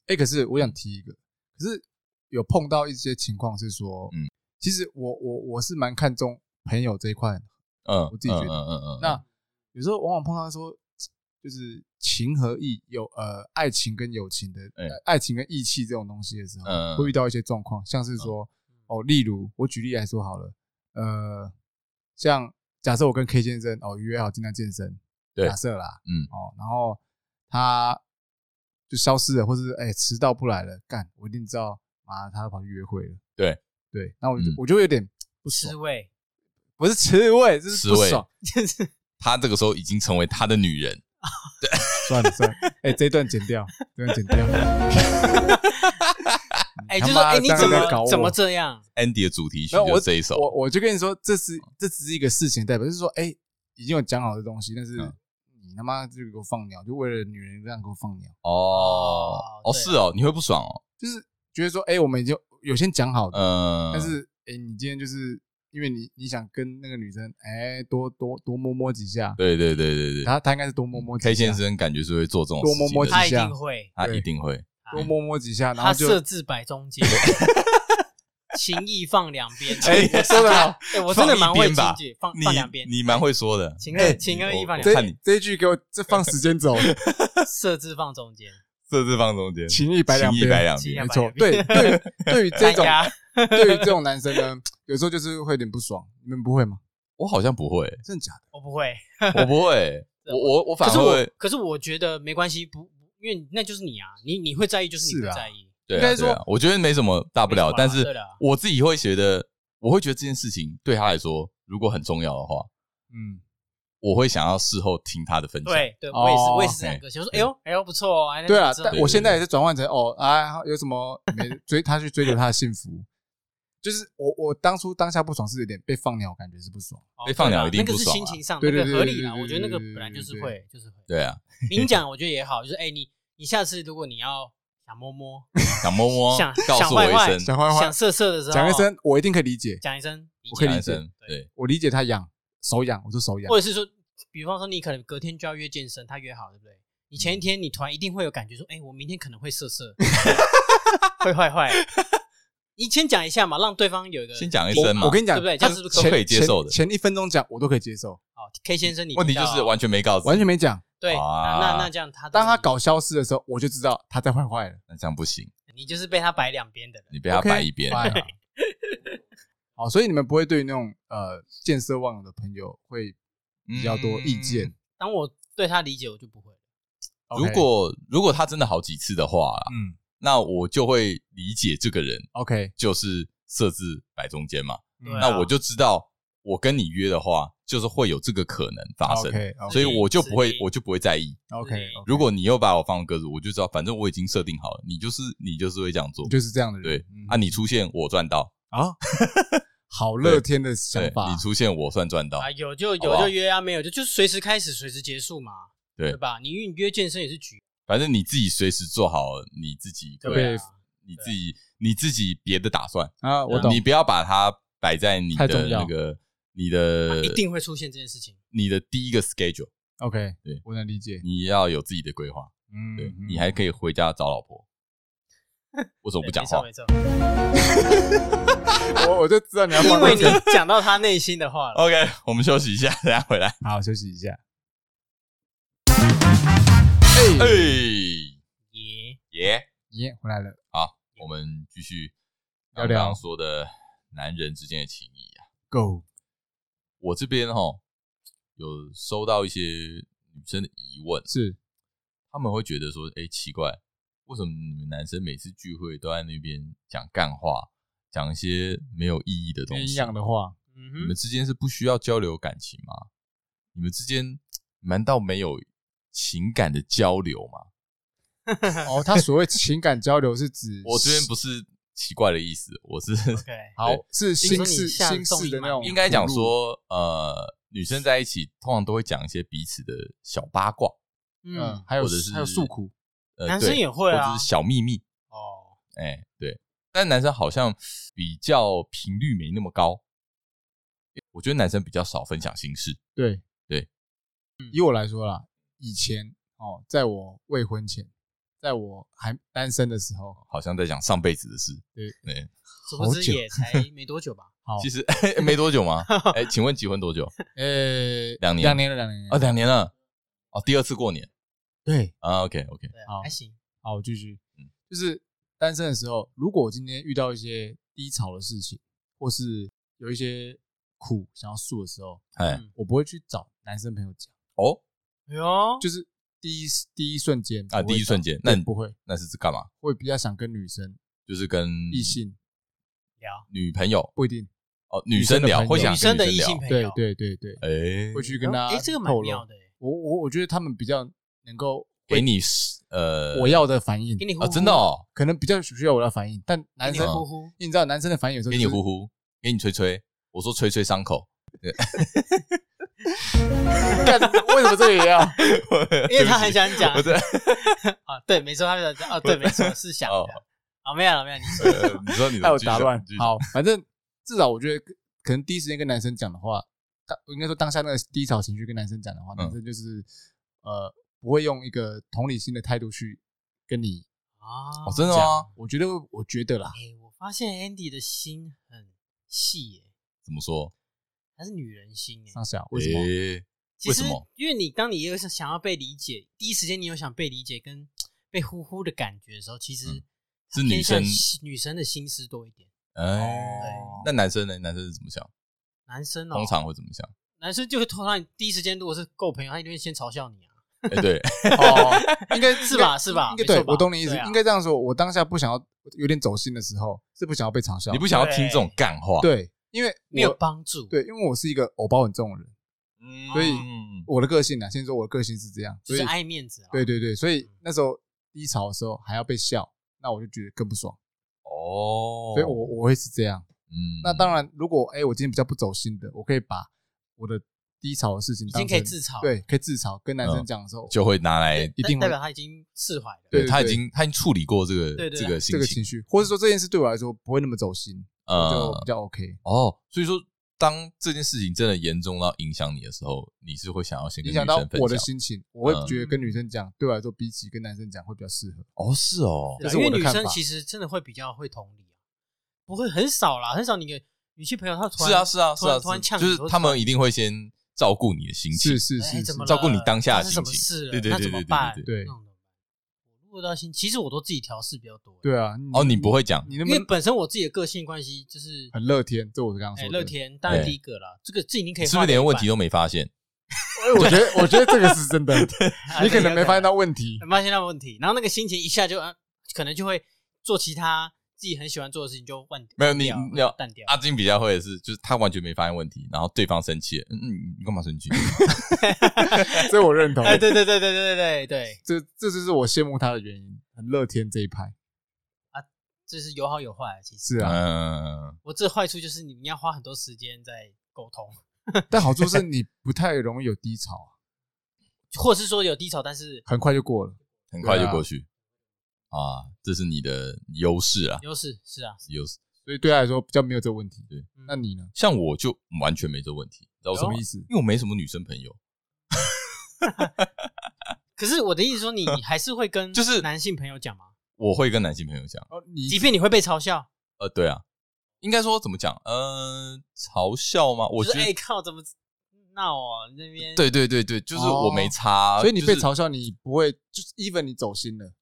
哎、可是我想提一个，可是有碰到一些情况是说，嗯嗯，其实我我我是蛮看重朋友这一块的。嗯，我自己觉得嗯嗯嗯嗯，那有时候往往碰到说，就是情和义有呃爱情跟友情的、哎呃爱情跟义气这种东西的时候，嗯会遇到一些状况，像是说、哦，例如我举例来说好了，呃，像假设我跟 K 先生哦约好今天健身，对假设啦，嗯哦，然后他就消失了，或是哎迟到不来了，干，我一定知道，妈他跑去约会了，对对，那我就、嗯我就会有点不吃爽，味，不是吃味，就是不吃味爽， 就是他这个时候已经成为他的女人，算了算了，哎、这一段剪掉，这段剪 掉。哎，你就是他妈哎，你这样怎在搞么我怎么这样？ Andy 的主题曲然后就我是这一首，我我就跟你说，这嗯是这只是一个事情代表，就是说，哎、已经有讲好的东西，但是嗯你他妈就给我放鸟，就为了女人这样给我放鸟，哦哦哦对啊是哦，你会不爽哦，就是觉得说，哎、我们已经有先讲好的，嗯，但是哎、你今天就是因为你你想跟那个女生，哎、多多多摸摸几下，对对对对对他他应该是多摸摸几，K 下先生感觉是会做这种多事情摸摸的几他一下定会，他对一定会，多摸摸几下，然他后就设置摆中间，情义放两边。 哎、 说的好，哎，我真的蛮会放一边吧情节，放你放两边，你蛮会说的，情哎二情二一放两我这看你这一句给我这放时间轴，设置放中间，这是放中间，情义摆两情义边，摆两情义边，没错，摆对对于，对于这单种压对于这种男生呢，有时候就是会有点不爽。你们不会吗？我好像不会， 真的假的？我不会，我不会，对我我我反可是而我会，可是我觉得没关系，不，因为那就是你啊，你你会在意就是你是会啊在意，对啊应该说对啊我觉得没什么大不没了，什么啦啊但是对啦我自己会觉得，我会觉得这件事情对他来说如果很重要的话，嗯，我会想要事后听他的分享，对对，哦嗯我也是我也是这哎样个性，我说哎呦哎呦不错哦，哎那对啊不，错但我现在也是转换成哦啊，有什么没追他去追求他的幸福，就是我我当初当下不爽是有点被放鸟，感觉是不爽。哦被放对啦鸟一定那个不是爽心啊情上对那对个对合对理啦，对我觉得那个对对本来就是对会就是会，对啊，明讲我觉得也好，就是哎你你下次如果你要想摸摸想摸摸想，告诉我想坏坏一声，讲坏话想，哦射射的时候，讲一声，我一定可以理解，讲一声，理我可以解理讲一解声，对，我理解他痒，手痒，我就手痒或。者是说，比方说你可能隔天就要约健身，他约好，对不对？你嗯前一天你突然一定会有感觉说，哎、我明天可能会色 色，会坏 坏。你先讲一下嘛，让对方有一个先讲一我声嘛我。跟你讲，对不对他这样是不是前都可以接受的前前一分钟讲我都可以接受，好 K 先生你听到问啊，题就是完全没告知，完全没讲。对。啊那那那这样他当他搞消失的时候，我就知道他在坏坏了。那这样不行，你就是被他摆两边的人，你被他 OK，摆一边。 fine 啊好，所以你们不会对那种呃见色忘友的朋友会嗯比较多意见。当我对他理解，我就不会。如 OK 果如果他真的好几次的话啊，嗯那我就会理解这个人，OK，就是设置摆中间嘛，嗯对啊那我就知道我跟你约的话，就是会有这个可能发生， OK 所以我就不会是的我就不会在意。 OK，如果你又把我放鸽子，我就知道，反正我已经设定好了，你就是你就是会这样做，就是这样的人，对嗯啊，你出现我赚到，啊， 好乐天的想对法你，出现我算赚到啊，，有就好不有好就约啊，没有就就是随时开始，随时结束嘛，对吧？你你约健身也是局，反正你自己随时做好你自己对对啊你自己你自己别的打算，啊，我懂你，不要把它摆在你太重的要那个你啊的一定会出现这件事情。你的第一个 schedule， OK，对我能理解。你要有自己的规划，嗯对你还可以回家找老婆。 为什么不讲话对？没错，以，我我就知道你要没错 放因在为这你讲到他内心的话了。 OK，我们休息一下，等一下回来。好休息一下。哎哎，耶，耶！耶，回来了。我们继续聊刚聊刚说的男人之间的情谊啊。 Go，我这边哈有收到一些女生的疑问，是他们会觉得说：“哎、奇怪，为什么你们男生每次聚会都在那边讲干话，讲一些没有意义的东鸳西？鸯的话，嗯你哼们，之间是不需要交流感情吗？你们之间难道没有情感的交流吗？哦，他所谓情感交流是指我这边不是奇怪的意思，我是 OK，好对是心你说事你下心综事艺的吗那种，应该讲，说，呃，女生在一起通常都会讲一些彼此的小八卦，嗯嗯，，还有或者是还有诉苦，呃，男生对也会啊或者是小秘密，哦，哎、对。但男生好像比较频率没那么高，我觉得男生比较少分享心事。对对。以我来说啦，以前哦，在我未婚前，在我还单身的时候，好像在讲上辈子的事，对对，殊不知久也才没多久吧？好其，实、没多久 吗？哎、请问结婚多久？呃，两年两年了，两年了啊，两年了，哦，第二次过年对，啊，OK OK，对好啊，还 行。好，我继续嗯，就是单身的时候，如果我今天遇到一些低潮的事情，或是有一些苦想要诉的时候，哎、嗯我不会去找男生朋友讲，哦，哎呦，就是第一第一瞬间啊不会第一找瞬间对那你不会，那是干嘛？会比较想跟女生、就是跟异性聊女朋友不一定，哦，女生聊女生的朋友会想女生跟的异性聊，朋对友，对对对，哎、会去跟他哎，这个蛮透露妙。的，哎我我我觉得他们比较能够给你是呃，我要的反应给，你呼啊，呼真的，哦，可能比较需要我的反应，但男给生你呼 呼，你知道男生的反应有时候给你就是呼呼，给你吹吹，我说吹吹伤口，干为什么这里也要？ 因为他 很想讲不是，啊，对，没错，他想讲啊，对，没 错，是想哦的。啊，没有了，没有，你说呃你 说你还有的打乱继续。好，反正至少我觉得跟，可能第一时间跟男生讲的话，当应该说当下那个低潮情绪跟男生讲的话，嗯男生就是呃不会用一个同理心的态度去跟你啊 哦，真的讲吗？？我觉得，我觉得啦，哎，我发现 Andy 的心很细耶，怎么说？还是女人心耶。上下为什么？诶其实为什么？因为你当你有想要被理解，第一时间你有想被理解跟被呼呼的感觉的时候，其实嗯它是女偏向生西女生的心思多一点。哎，哦那男生呢？男生是怎么想？男生哦，通常会怎 么想？男生就会通常第一时间如果是够朋友，他一定会先嘲笑你啊，哎， 对，哦，应该 是吧？是吧？应该没对错吧我懂你意思对，啊应该这样说。我当下不想要有点走心的时候，是不想要被嘲笑你，不想要听这种干话，，对，因为没有我帮助。对，因为我是一个偶包很重的人，嗯所以嗯我的个性啊呢，先说我的个性是这样，就所以是爱面子啊。对对对，所以那时候低潮的时候还要被笑，那我就觉得更不爽，哦，所以我我会是这样。嗯那当然，如果哎、我今天比较不走心的，我可以把我的低潮的事情已当经成可以自嘲，嗯对，可以自嘲，跟男生讲的时候，就会拿来，一定代会表他已经释怀了。对他已对经他已经处理过这个对对这个这心个情情，绪，或者说这件事对我来说不会那么走心，嗯我就呃比，较 OK。哦，所以说，当这件事情真的严重到影响你的时候，你是会想要先跟影女生响到分享我的心情，我嗯会觉得跟女生讲，对我来说比起跟男生讲会比较适合。哦，是哦，这对啊是因为我的女看生法其实真的会比较会同理啊，不会很少啦，很少你给女性朋友她突然是啊，是啊，突是啊，然突然是啊呛你，就是或者他们一定会先照顾你的心情是，是哎是怎是么，了嗯照顾你当下发的生心什么情事了，对对那对怎么对对办？对对那种的我录到心，其实我都自己调试比较多，，欸对啊。哦，你不会讲你那因么为本身我自己的个性关系就是很乐天，这我是刚刚哎说的。乐天，当然哎第一个啦，这个这已经可以你是划不是掉一连问半题都没发现？哎，我觉得我觉得这个是 真的，啊 你可对能有 没发现到问题。没发现到问题，然后那个心情一下就啊，可能就会做其他自己很喜欢做的事情就换没有你换掉你要啊淡掉。阿金比较会的是，就是他完全没发现问题，然后对方生气了，嗯嗯，你干嘛 生气？这我认同。哎，对对对对对对对对，这这就是我羡慕他的原因，很乐天这一派。这是有好有坏。其实是啊，嗯，我这坏处就是你你要花很多时间在沟通，但好处是你不太容易有低潮啊，或是说有低潮，但是很快就过了。很快就过去啊，这是你的优势啊，优势是啊，嗯优势。所以对他来说比较没有这个问题。对，那你呢？像我就完全没这问题，知道为什什么么意意思？思？因为我没什么女生朋友，可是我的意思说，你你还是会跟就是男性朋友讲吗？我会跟男性朋友讲，哦，你即便你会被嘲笑，呃，对啊，应该说怎么讲？呃，嘲笑吗？我就觉是哎得，靠，怎么闹哦那边？对对对对，就是我没差，哦所以你被就是嘲笑，你不会就是 even 你走心了，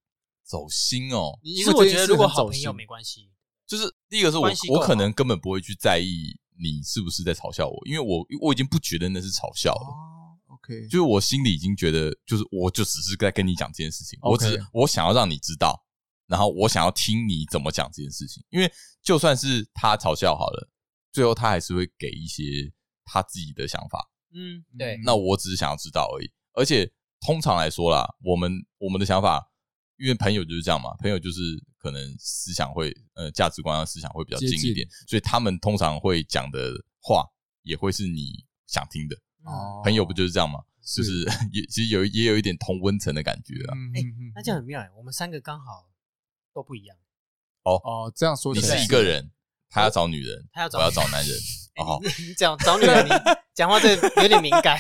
走心哦。你其因实为我这觉件得事如果很好走朋心友。没关系，就是第一个是我关系够我好可能根本不会去在意你是不是在嘲笑我，因为我我已经不觉得那是嘲笑了。哦，OK，就是我心里已经觉得，就是我就只是在跟你讲这件事情，我 OK 只是我想要让你知道，然后我想要听你怎么讲这件事情，因为就算是他嘲笑好了，最后他还是会给一些他自己的想法，嗯，对，那我只是想要知道而已。而且通常来说啦，我们我们的想法，因为朋友就是这样嘛，朋友就是可能思想会呃价值观啊思想会比较近接近一点，所以他们通常会讲的话也会是你想听的。嗯哦朋友不就是这样吗？是就是 也其实有也有一点同温层的感觉嗯啊。哎嗯嗯那这样很妙哎，我们三个刚好都不一样。哦，这样说你起是来一个人，他要找女人，他要啊找我要找 男人，哦，哎你你讲 找女人，你讲话这有点敏感。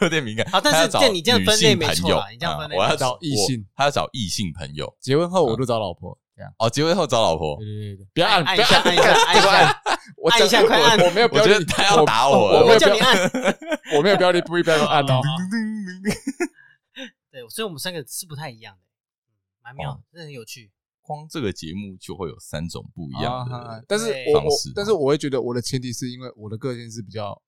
有点敏 感。好但是他要找这样你这样分类没错啦女性朋友你这样分类啊我要没错找异性我他要找异性朋友结婚后我都找老婆，这样哦，结婚后找老婆对。对对对，不要按按啊不一哎下，要按一下，按一下，我按一下讲快按我我没有我标觉得题，他要打我了，我我没会有叫标你按。 我没有标题，不一标都按好哦。好对，所以我们三个是不太一样的，蛮妙哦，这很有趣。光这个节目就会有三种不一样的。啊但是对我方我式但是我会觉得我的前提是因为我的个性是比较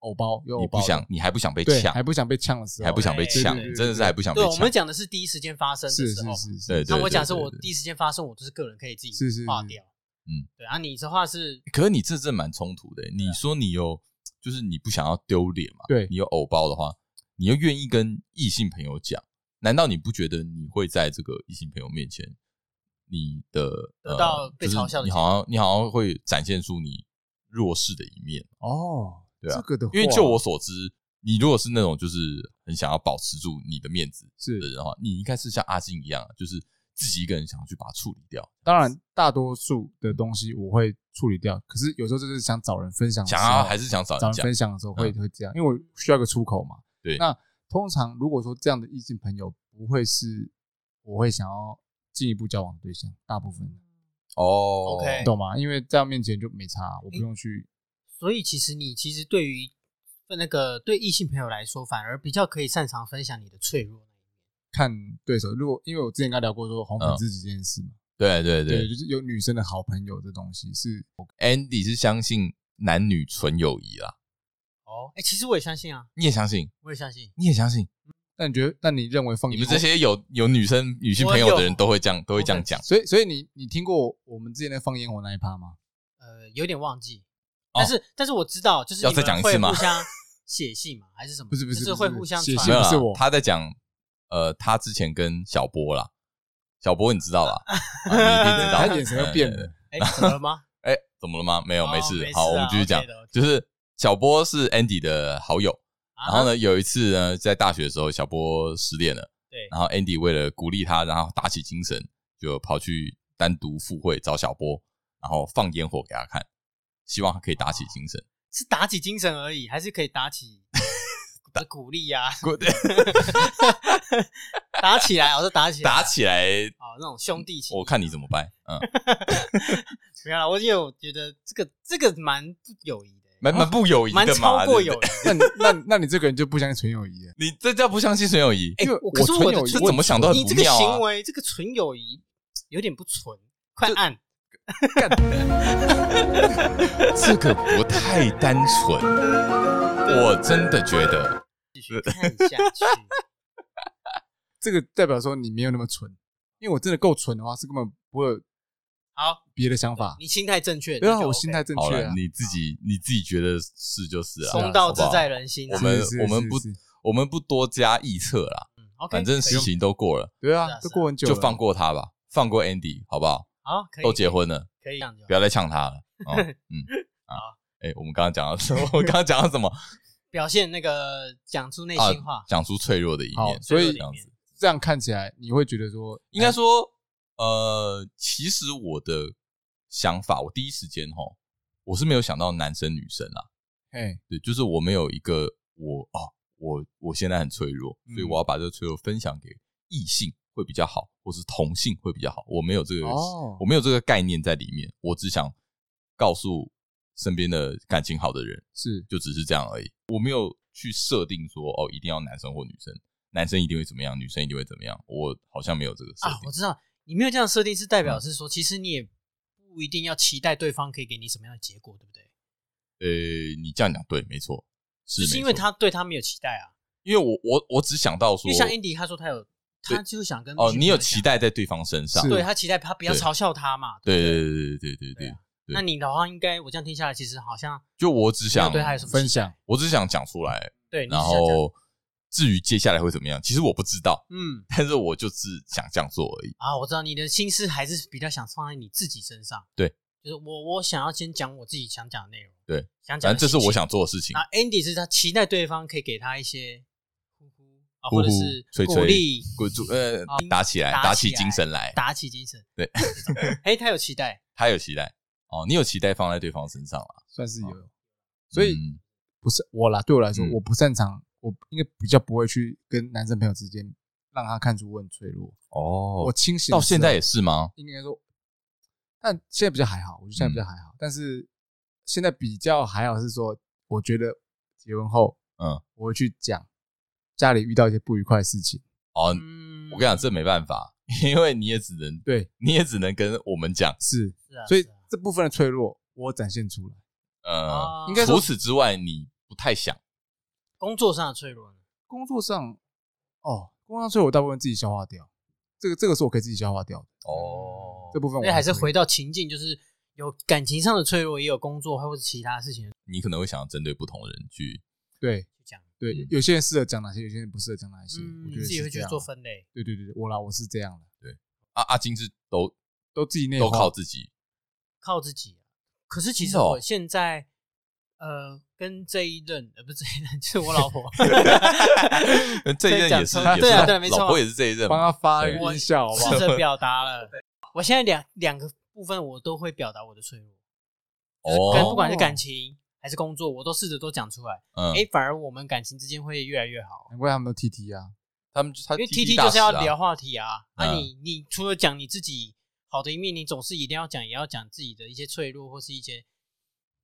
偶包，有你偶包不的想，你还不想被对，呛还，不想被呛的时候，还不想被对呛对对，真的是还不想被对，我呛们。讲的是第一时间发生的哦是时是候。是是对那对我讲是对我对第一时间发生，我就是个人可以自己是是是化掉。嗯，对啊，你的话是可是你这这蛮冲突的欸。啊你说你有，就是你不想要丢脸嘛？对你有偶包的话，你又愿意跟异性朋友讲，难道你不觉得你会在这个异性朋友面前，你的呃得到被嘲笑就是的你结好像你好像会展现出你弱势的一面。哦，对啊这个的话，因为就我所知，你如果是那种就是很想要保持住你的面子是的人的话，你应该是像阿金一样，啊就是自己一个人想要去把它处理掉，当然大多数的东西我会处理掉，可是有时候就是想找人分享的时想候，要还是想找找人人讲嗯分。享的时候会会这样，因为我需要一个出口嘛。对那通常如果说这样的异性朋友不会是我会想要进一步交往的对象，大部分哦 OK 你懂吗？因为在他面前就没差，啊嗯我不用去所以其实你其实对于呃那个对异性朋友来说，反而比较可以擅长分享你的脆弱。看对手。如果因为我之前跟他聊过说红粉知己这件事嘛，对嗯对对，对就是有女生的好朋友这东西是，Andy 是相信男女纯友谊啦，哦，哎，其实我也相信啊，你也相信，我也相信。你也相信，那你觉得？那你认为放你们这，些有有女生女性朋友的人都会这样，都会这样讲。所以所以你你听过我们之前的放烟火那一趴 吗？呃，有点忘记，哦但是但是我知道，就是要你们再讲一会次吗互相写信嘛，还是什么？ 不是不是就是不是会互相写传信没有不啦是我他在讲，呃，他之前跟小波啦，小波你知道啦，啊你一定知道，他眼神又变了对对对哎，怎么了吗？哎，怎么了吗？ 没有，哦没事。没事啊好，我们继续讲 OK 的，OK 就是小波是 Andy 的好友，啊然后？呢，有一次呢，在大学的时候，小波失恋了，对，然后 Andy 为了鼓励他，然后打起精神，就跑去单独赴会找小波，然后放烟火给他看，希望他可以打起精 神。是打起精神而已，还是可以打 起鼓励呀，鼓打起来，我说打起来， 打起来，哦，那种兄弟情。我看你怎么 办。嗯，没有啦，我因为我觉得这个这个蛮不友谊的，哦蛮蛮不友谊蛮的嘛，超过对不友对谊。那你那那你这个人就不相信纯友谊了，你这叫不相信纯友谊？哎因为我可是纯我的友谊这我怎么想都很你不这个妙行啊！为，这个纯友谊有点不纯，快按。 这个不太单 纯，我真的觉得。继续看下去。这个代表说你没有那么纯，因为我真的够纯的话，是根本不会有好，别的想法。你心态正确，对啊，你就我 OK 心态正好确啊了，。你自己你自己觉得是就是啊，松到自好不好在人心啊。我们是是我们是不是我们不多加臆测啦，嗯 OK，反正可以事情都过了，对是啊啊，都过很久就了，放过他吧，放过 Andy 好不好？好，可以都结婚啊了，可以这样就好不要再呛他了。哦嗯啊好，哎，我们刚刚讲到什么？ 我刚刚讲到什么？表现那个讲出内啊心话，讲出脆弱的一好面，，所最以这后样里面子这样看起来你会觉得说，应该说，呃，其实我的想法，我第一时间哈，我是没有想到男生女生啦，哎，对，就是我没有一个我哦，我我现在很脆弱，嗯所以我要把这个脆弱分享给异性会比较好，或是同性会比较好，我没有这个，哦我没有这个概念在里面，我只想告诉身边的感情好的人，是就只是这样而已。我没有去设定说哦，一定要男生或女生，男生一定会怎么样，女生一定会怎么样。我好像没有这个设啊，定。我知道你没有这样设定，是嗯代表是说，其实你也不一定要期待对方可以给你什么样的结果，对不对？呃、你这样讲对，没错，是就是没因为错，他对他没有期待啊，因为我我我只想到说因为，像 Andy 他说他有，他就想跟哦，女朋你友有讲期，待在对方身上，是对他期待他不要对嘲笑他嘛，对不对对对对对对对啊那你的话应该我这样听下来，其实好像就我只没有想对他有什么期待分享，我只想讲出来，对，你只然想这样后至于接下来会怎么样，其实我不知道，嗯但是我就是想这样做而已。啊，我知道你的心思还是比较想放在你自己身上，对，就是我我想要先讲我自己想讲的内容，对，想讲反的正这是心情我想做的事情那，Andy 是他期待对方可以给他一些呼呼啊，呼或呼者是吹鼓吹励，滚住呃啊打起来，打打起起精来神来，打起精神。对这种， 哎，他有期待，他有期待哦，你有期待放在对方身上了，算是有。所以哦嗯不是我啦，对我来说，嗯我不擅长，我应该比较不会去跟男生朋友之间让他看出我很脆弱。哦我，清醒到的时候现在也是吗？应该说，但现在比较还好，我觉得现在嗯比较还好。但是现在比较还好是说，我觉得结婚后，嗯，我会去讲家里遇到一些不愉快的事情。哦，嗯，我跟你讲，这没办法， 因为你也只能，对，你也只能跟我们讲，是，是啊，所以是啊这部分的脆弱我展现出来。呃，啊应该说除此之外，你不太想工作上的脆弱呢，工作上，哦，工作上脆弱我大部分自己消化掉，这个这个是我可以自己消化掉的嗯哦这部分所我可以以，还是回到情境，就是有感情上的脆弱，也有工作或者其他事情的你可能会想要针对不同人去，对讲。对嗯，有些人适合讲哪些，有些人不适合讲哪些，嗯，我你觉得自己是会去这样做啊分类，对对对，对我啦，我是这样的，啊阿阿金是 都都自己内哦都化靠自己，靠自己。啊可是其实真的哦我现在，呃，跟这一任，呃，不是这一任， 就是我老 婆，这一任也是，这样也是对啊对啊没错啊老婆也是这一任帮嘛，他发对音效，好不好试？着表达了。我现在两两个部分我都会表达我的脆弱，就是跟不哦，管是感情还是工作，我都试着都讲出来。嗯，哎，反而我们感情之间会越来越好，难怪他们都 TT 啊，他们他因为 T T T T 大就是要使啊聊话题啊。那嗯你你除了讲你自己好的一面，你总是一定要讲，也要讲自己的一些脆弱或是一些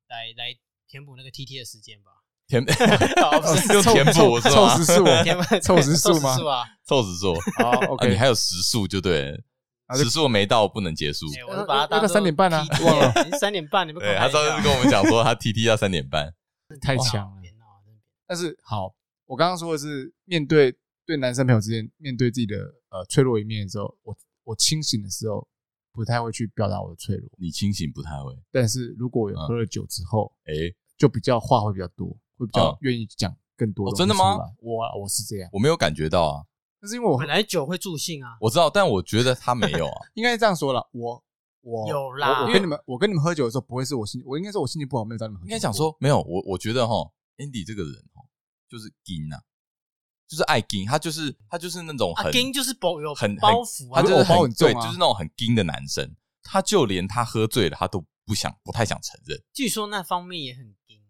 来来填补那个 T T 的时间吧。 填哦 不是用填补是凑吗？时数， 填补 凑时数吗凑时数啊！ 凑时数，好啊，你，OK，还有时速就对了，啊就时速没到不能结束。哎，我是把它那当个三点半啊忘了 三点半，你们对他上次跟我们讲说他 TT 要三点半，太强了。啊但是好，我刚刚说的是面对对男生朋友之间，面对自己的呃脆弱一面的时候，我我清醒的时候不太会去表达我的脆弱，你清醒不太会，但是如果我有嗯喝了酒之后，哎，就比较话会比较多，会比较嗯愿意讲更多哦东西真的吗出来？我啊我是这样，我没有感觉到啊，但是因为我本来酒会助兴啊，我知道，但我觉得他没有啊， 应该这样说了，我我有啦我我跟你们我跟你们喝酒的时候不会是我心，我应该说我心情不好，没有找你们喝应酒。该讲说哦没有，我我觉得哈，Andy 这个人哈，就是金啊，就是爱金，他就是他就是那种啊，很金就是包有很包袱啊，他就是偶包很很重对，啊就是那种很金的男生，他就连他喝醉了，他都不想不太想承认。据说那方面也很盯，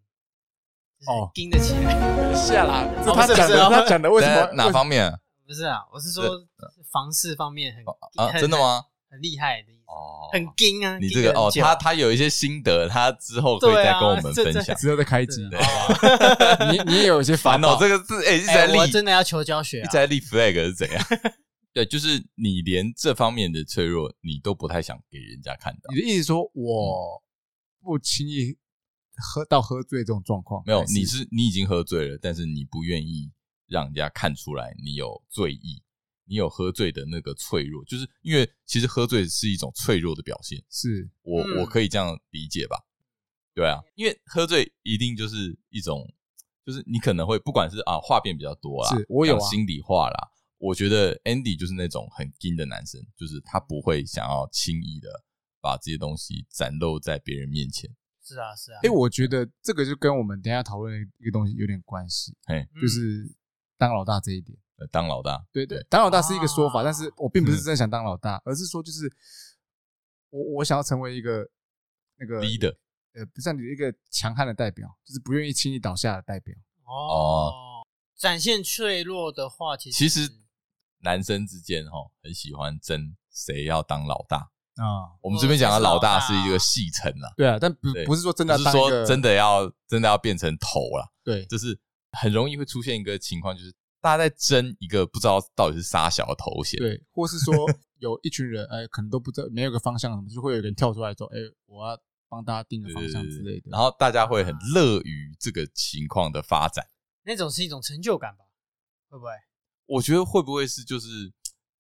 哦盯得起来。啊下啦，这哦他不是讲不是的，他讲的为什在 么哪方面啊不是啊，我是说房事方面很啊？很真的吗？很厉害的意思，哦，很盯啊。你盯这得个很哦，久他他有一些心得，他之后可以对再啊跟我们分这享。之后再开机，对 你你也有一些烦烦恼哦，，这个是哎一直在哎，立我真的要求教学一直啊。在立 flag 是怎 样？对，就是你连这方面的脆弱，你都不太想给人家看嗯到。你的意思说我不轻易喝到喝醉这种状况？没有还，你是你已经喝醉了，但是你不愿意让人家看出来你有醉意，你有喝醉的那个脆弱，就是因为其实喝醉是一种脆弱的表现，是我、嗯我可以这样理解吧？对啊，因为喝醉一定就是一种，就是你可能会不管是啊话变比较多啦，是我有啊讲心里话啦。我觉得 Andy 就是那种很硬的男生，就是他不会想要轻易的把这些东西展露在别人面前。是啊是啊，哎、我觉得这个就跟我们等一下讨论的一个东西有点关系，嘿，嗯就是当老大这一点。呃当老大，对对哦对，当老大是一个说法，啊但是我并不是嗯真的想当老大，而是说就是我我想要成为一个那个 leader 呃，不是啊你一个强悍的代表，就是不愿意轻易倒下的代表。嗯哦，展现脆弱的话，其实其实嗯男生之间哈很喜欢争谁要当老大。啊，我们这边讲的老大谁是是老大一个戏称啦，对啊，但不对不是说真不的是要当一说个真的要真的要变成头啦，对就是很容易会出现一个情况，就是大家在争一个不知道到底是沙小的头衔。对，或是 说有一群人哎，可能都不知道没有个方向什么，就会有人跳出来说，哎，我要帮大家定个对方对向对之对类的。然后大家会很乐于这个情况的发展。那种是一种成就感吧？会不会？我觉得会不会是就是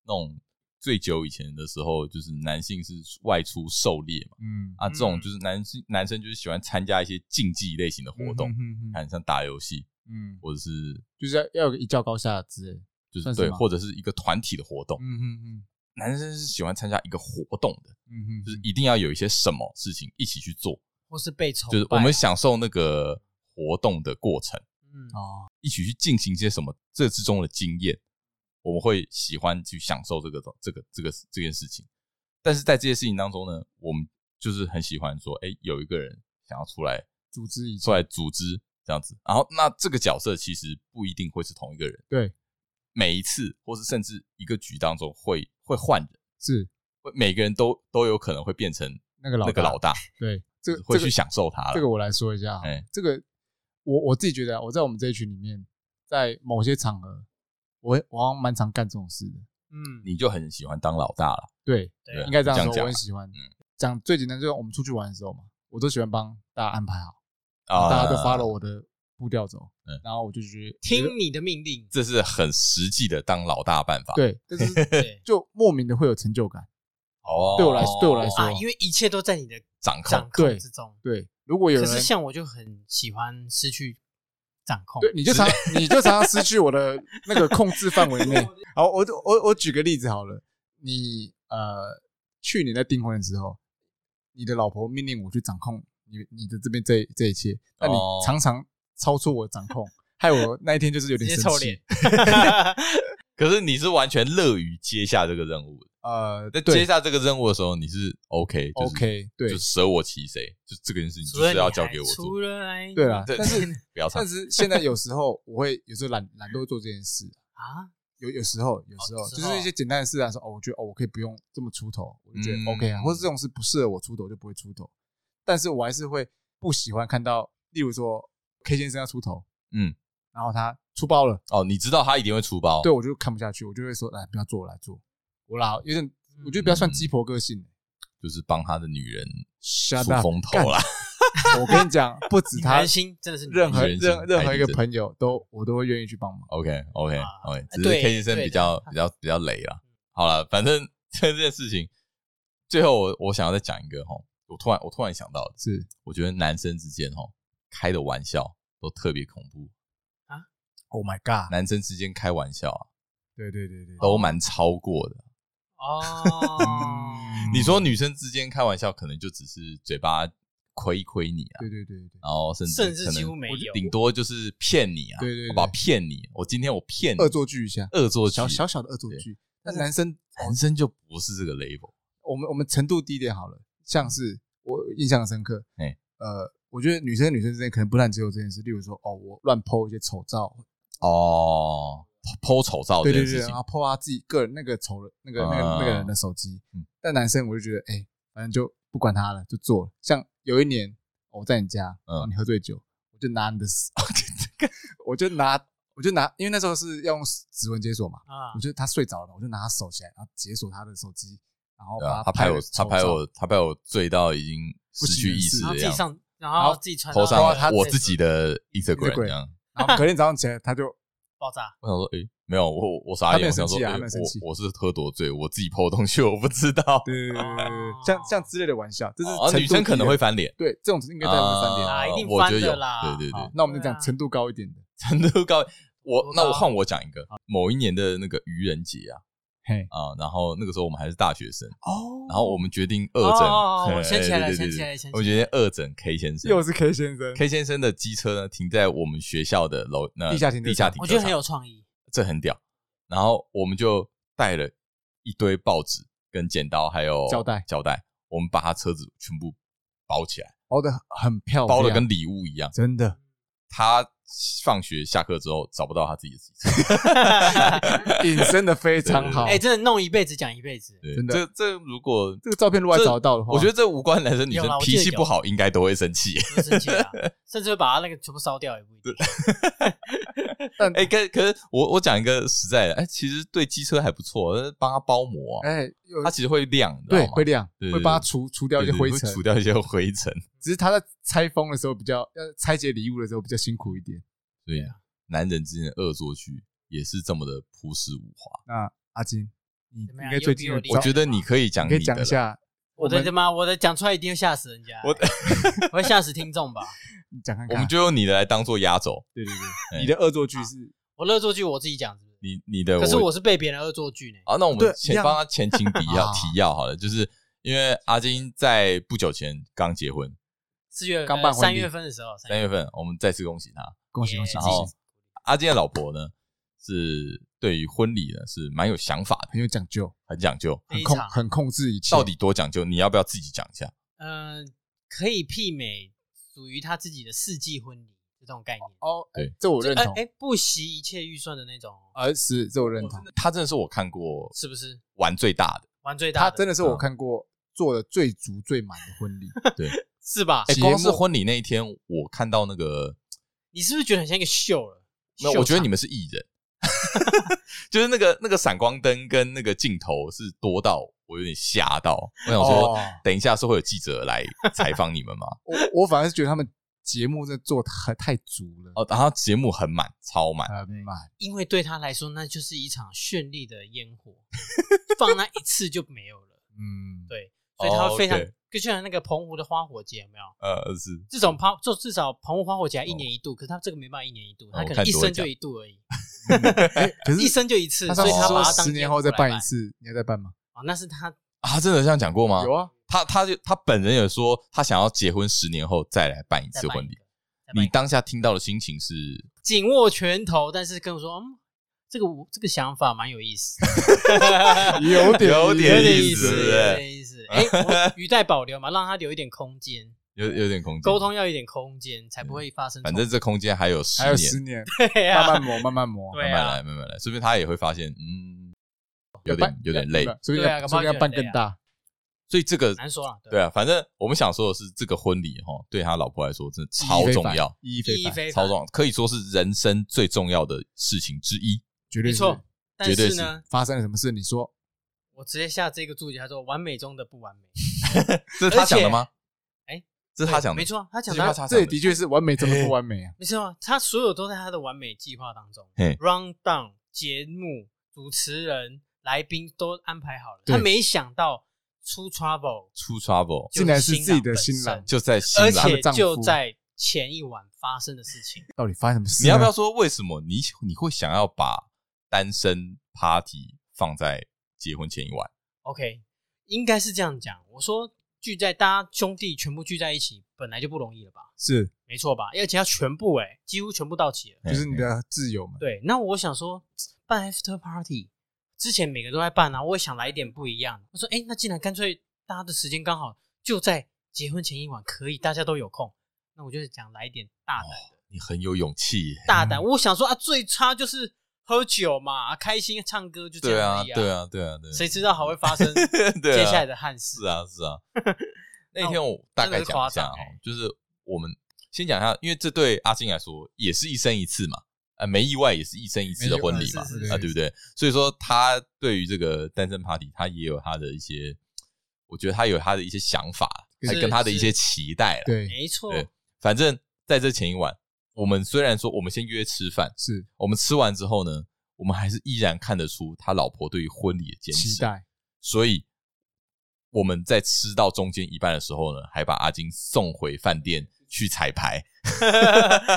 那种最久以前的时候，就是男性是外出狩猎嘛？嗯，啊，这种嗯就是男性男生就是喜欢参加一些竞技类型的活动嗯，哼哼哼看像打游戏嗯，或者是就是要要有个一较高下之类的。就算是是对，吗或者是一个团体的活动。嗯嗯嗯男生是喜欢参加一个活动的，嗯嗯，就是一定要有一些什么事情一起去做，或是被崇拜？啊就是我们享受那个活动的过程，嗯哦，一起去进行一些什么这之中的经验，我们会喜欢去享受这个这个这个这件事情。但是在这些事情当中呢，我们就是很喜欢说，哎，有一个人想要出来组织一出切，来组织这样子。然后那这个角色其实不一定会是同一个人，对，每一次或是甚至一个局当中会会换人，是会每个人都都有可能会变成那个老那个大老大，对，这个会这去个享受他了。这个我来说一下哈哎，这个我我自己觉得啊，我在我们这一群里面，在某些场合，我会我好像蛮常干这种事的。嗯，你就很喜欢当老大了，啊对，对应该这样这样说，讲嗯我很喜欢。讲最简单就是我们出去玩的时候嘛，我都喜欢帮大家安排好，啊大家都 follow 我的步调走嗯，然后我就觉得听你的命令，这是很实际的当老大办法。，对，但是对就莫名的会有成就感。哦，对我来对我来 说啊，因为一切都在你的掌控掌控对之中。对，如果有可人是像我就很喜欢失去掌控，对，你就常你就常常失去我的那个控制范围内。 好，我我我举个例子好了，你呃去年在订婚的时候，你的老婆命令我去掌控你你的这边这这一切，但你哦常常超出我的掌控，害我那一天就是有直点接生臭气脸。。可是你是完全乐于接下这个任务的。呃，在对接下这个任务的时候，你是 OK，就是 OK，对就舍我其谁，就这个件事情除就了是你要还交给我除做。了爱对啦，对但是不要唱但，是现在有时候我会有时候懒懒惰做这件事。啊，有有时候，有哦时候、有时就候是一些简单的事啊，说哦，我觉得哦，我可以不用这么出头，我就觉得嗯 OK 啊，或者这种事不适合我出头，我就不会出头。但是我还是会不喜欢看到，例如说 K 先生要出头，嗯，然后他出包了，哦，你知道他一定会出包，对我就看不下去，我就会说，来哎不要做，我来做，我啦，有点，我觉得不要算嗯鸡婆个性、就是帮他的女人 Shut 出 up，风头啊干啦。我跟你讲，不止你他人，心真的是任何女人心任任何一个太低朋友都我都会愿意去帮忙。 OK OK 啊 OK，只是对 K 先生对比较比较比较累啦。好了，反正 这件事情，最后我我想要再讲一个哈，我突然我突然想到的，是我觉得男生之间哈开的玩笑都特别恐怖，哦，Oh my god，男生之间开玩笑啊对对对对，都蛮超过的。哦，嗯你说女生之间开玩笑，可能就只是嘴巴亏一亏你啊，对对对对，然后甚至甚至可能几乎没有顶多就是骗你啊，对对对好吧，骗你，我今天我骗你，恶作剧一下，恶作剧，小小小的恶作剧。但男生，男生就不是这个 level，我们我们程度低一点好了，嗯像是我印象深刻，哎呃，我觉得女生跟女生之间可能不但只有这件事，例如说，哦，我乱 PO 一些丑照，哦，剖丑照这对对对，哦件事然情后，PO 他自己个人那个丑的那个那个啊那个人的手机嗯，但男生我就觉得，哎，反正就不管他了，就做了。像有一年我在你家，嗯然后你喝醉酒，我就拿你的死， 我就拿我就拿，因为那时候是要用指纹解锁嘛，啊我，觉得他睡着了，我就拿他手起来，然后解锁他的手机，然后对把啊他拍我的，他丑拍照我，他拍我醉到已经不失省去人意事啊识然后的自己样子，上，然然后后自己传到头上他我自己的 Instagram Instagram 这样，然后隔天早上起来，他就爆炸。我想说，诶、没有，我我傻他眼，没有我想生说，气啊诶他没有生气我我是喝多醉，我自己破东西，我 不知道。对对对对对对，像像之类的玩笑，这是哦，程女度生可低的能会翻脸，对这种 应该在我们三点。啊一定我翻觉得的有啦对对对好，，那我们就对啊讲程度高一点的，程度高。我多那我高换我讲一个，某一年的那个愚人节啊嘿啊，然后那个时候我们还是大学生，哦然后我们决定二哦诊，哦哦我嘿想起来了对想对对起来对了想起来了我们决定二诊 K 先生又是 K 先生， ，K 先生的机车呢停在我们学校的楼那地下停车地下场停我车觉得很场有创意。这很屌。然后我们就带了一堆报纸、跟剪刀，还有胶带胶带，我们把他车子全部包起来，包的很漂亮，包的跟礼物一样。真的他放学下课之后找不到他自己的机车，隐身的非常好。哎、真的弄一辈子讲一辈子。对真的这这如果这个照片如果还找得到的话，我觉得这无关男生女生有啦，我记脾得气有不好应该都会生气。 不生气啊，甚至会把他那个全部烧掉也不一定。哎、可可是我我讲一个实在的，哎、其实对机车还不错，呃帮他包膜、啊，哎，有它其实会亮，你知道对吗？会亮，对对会帮它除除掉一些对对灰会尘，除掉一些灰尘。只是他在拆封的时候比较，要拆解礼物的时候比较辛苦一点。对呀、男人之间的恶作剧也是这么的朴实无华。那阿金，你怎么应样该最近有有比我有觉得你可以讲你可你的以讲一了，下，我的他妈，我的讲出来一定会吓死人家、我我 会吓死听众吧？你讲看我看们。就用你的来当做压轴。对对对，哎你的恶作剧是我恶作剧我自己讲是不是？你你的可是我是被别人恶作剧呢。啊，那我对们一前样帮他前情 提要啊提要好了，就是因为阿金在不久前刚结婚，四月呃刚办婚礼三月份的时候，三月月份我们再次恭喜他。恭喜恭喜，然恭后喜阿金的老婆呢是对于婚礼呢是蛮有想法的，很有讲究，很讲究，很非控常很控制一切。到底多讲究？你要不要自己讲一下？嗯、可以媲美属于他自己的世纪婚礼这种概念，哦，哎对这我认哎同哎、，不惜一切预算的那种哦，呃，是这我认同。他真的是我看过是不是？玩最大的，玩最大他的真的是我嗯看过做的最足最满的婚礼。是吧？哎、节光是目婚礼那一天，我看到那个你是不是觉得很像一个秀了？没有，我觉得你们是艺人， 就是那个那个闪光灯跟那个镜头是多到我有点吓到，我想说，哦等一下是会有记者来采访你们吗？ 我我反而是觉得他们节目真的做的太太足了，哦，然后节目很满，超满，很满。因为对他来说，那就是一场绚丽的烟火，放那一次就没有了，嗯，对，所以他会非常哦，OK 就像那个澎湖的花火节，有没有？呃，是这种抛就至少澎湖花火节还一年一度，可是他这个没办法一年一度，他可能我哦看一多会生就讲一度而已，哎可一是生就一次，他上所以次他说把它当十年烟后火再来办一次，你还在办吗？哦，那是他啊，他真的这样讲过吗？有啊，他他就他本人有说，他想要结婚十年后再来办一再次办婚一礼个。再办你一个当下听到的心情是，紧握拳头，但是跟我说，嗯，这个我这个想法蛮有意思，有点 有有点点意意思思，对不对有点意思。哎， 我语带保留嘛，让他留一点空间，有有点空间沟，通要有点空间，才不会发生冲嗯反突。 正这空间还有十还有年十，年，对啊慢慢磨，慢 慢磨。对慢慢来，啊，慢慢来，说不定他也会发现，嗯，有办点有点累。，所以对啊要所搞以要不好办有点更累啊大。所以这个难说了。对啊，反正我们想说的是，这个婚礼哈，对他老婆来说真的超重要，意义非意义凡，非凡超重要，可以说是人生最重要的事情之一。绝对没是错。但绝对是是呢，发生了什么事？你说我直接下这个注解，他说完美中的不完美，这是他讲的吗？哎，这 是他讲的，没，错，啊他这讲句话的是他讲这的也的确是完美中的不完美啊。没错啊，他所有都在他的完美计划当中嘿，round down 节目、主持人、来宾都安排好了，对他没想到出 trouble。出 trouble 竟然是自己的新新郎郎就在啊新而郎。且就在前一晚发生的事情。 到底发生什么事？你要不要？说为什么你你会想要把单身 party 放在结婚前一晚？ OK，应该是这样讲。我说聚在大家兄弟全部聚在一起，本来就不容易了吧？是，没错吧？而且要全部哎、几乎全部到齐了。就是你的挚友们，对，那我想说办 after party，之前每个都在办啊，我也想来一点不一样的。我说，哎、那既然干脆大家的时间刚好就在结婚前一晚，可以大家都有空，那我就想来一点大胆的。你很有勇气耶。大胆，我想说啊，最差就是喝酒嘛，啊开心唱歌就这对样啊，而已对啊，对啊，对啊。谁知道还会发生 对接啊下来的憾事是？啊，是啊。那天我大概真的是讲一夸下张哦欸，就是我们先讲一下，因为这对阿金来说也是一生一次嘛，呃，没意外也是一生一次的婚礼嘛，没意外是是啊，是对不对？所以说他对于这个单身 party，他也有他的一些，我觉得他有他的一些想法，是还跟他的一些是期待了。对，没错，对反正在这前一晚，我们虽然说我们先约吃饭，是我们吃完之后呢，我们还是依然看得出他老婆对于婚礼的坚持。期 待，所以我们在吃到中间一半的时候呢，还把阿金送回饭店去彩排。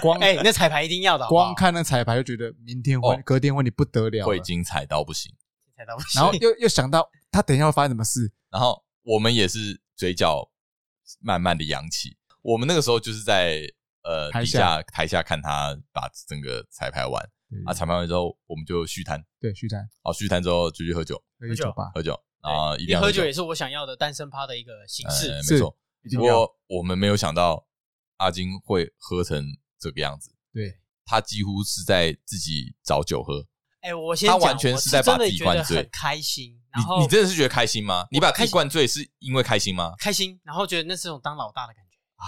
光哎，那彩排一定要的好不好，光看那彩排就觉得明天婚哦隔天婚礼不得了会了，精彩到不行。彩到不行。然后又又想到他等一下会发生什么事，然后我们也是嘴角慢慢的扬起。我们那个时候就是在呃台底下下台下看他把整个彩排完对啊，彩排完之后我们就续摊，对，徐丹哦，续摊之后就去喝酒，喝酒吧，喝酒，然后啊一定因为要喝酒酒也，是我想要的单身趴的一个形式。呃，是没错。一不定要过我们没有想到阿金会喝成这个样子，对，他几乎是在自己找酒喝。哎、我先他讲，完全我是是在把真的自己觉灌得醉很开心，然后你你真的是觉得开心吗？你把自开己心灌醉是因为开心吗？开心，然后觉得那是种当老大的感觉。啊，哦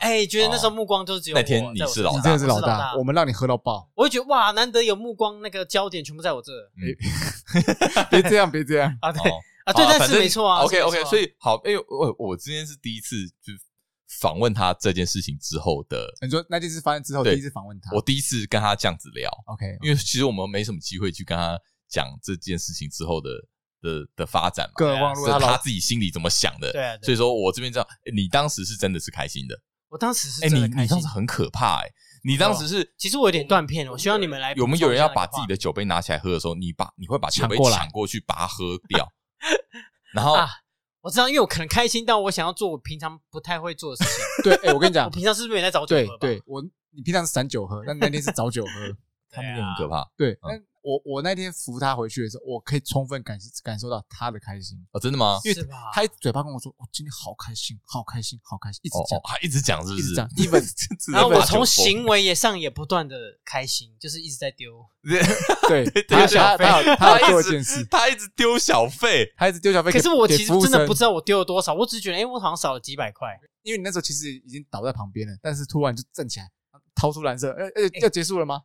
哎、觉得那时候目光都只有我、那天你在我是老你身上真的是我老是大，我们让你喝到爆，我会觉得哇，难得有目光，那个焦点全部在我这嗯别这样，别这样， 啊，对、哦啊，对，好但反是正没错啊 OK 是没 OK，错啊所以好，哎、呦，我我今天是第一次去访问他这件事情之后的，你说那件事发生之后，第对一次访问他我第一次跟他这样子聊， ，OK，因为其实我们没什么机会去跟他讲这件事情之后的的的发展嘛，更何况如是果他他老自己心里怎么想的。啊对啊，对所以说我这边知道，哎你当时是真的是开心的，我当时是哎、真的你开你心。啊当时很可怕、哎，你当时是其实我有点断片，我希望你们来有没补充有一人下要那个话把自己的酒杯拿起来喝的时候，你把你会把酒杯抢过来抢过去把它喝掉，然后啊？我知道，因为我可能开心，但我想要做我平常不太会做的事 情。对，哎， 我跟你我讲，平常是不是也在找酒对喝吧？对，我你平常是散酒喝，但那天是找酒喝，他们就很可怕。对，但我我那天扶他回去的时候，我可以充分感感受到他的开心，哦，真的吗？因为是吧？他一直嘴巴跟我说，我今天好开心，好开心，好开心，一直哦讲哦，，还一直讲是不一直是？讲，even 然后我把酒从疯行为也上也不断的开心，就是一直在丢。对，丢他他小费，他有他有做一一直件事， 他一直丢小费，他一直丢小费给，可是我给其实服务真的生不知道我丢了多少，我只是觉得，哎、我好像少了几百块。因为你那时候其实已经倒在旁边了，但是突然就站起来，掏出蓝色，呃呃，哎要结束了吗？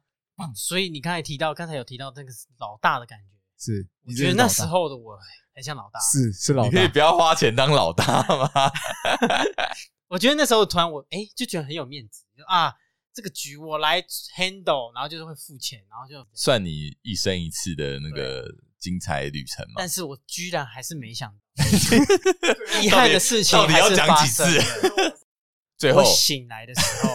所以你刚才提到，刚才有提到那个老大的感觉，是，我你觉得真的那是时老候的我很像老大大。是是老你可以大，不要花钱当老大吗？ 我觉得那时候突然我哎、就觉得很有面子，就啊这个局我来 handle，然后就是会付钱，然后就。算你一生一次的那个精彩旅程嘛但。是我居然还是没想 到，遗憾的事情到底还要是讲发几生次了。？最后我醒来的时 候，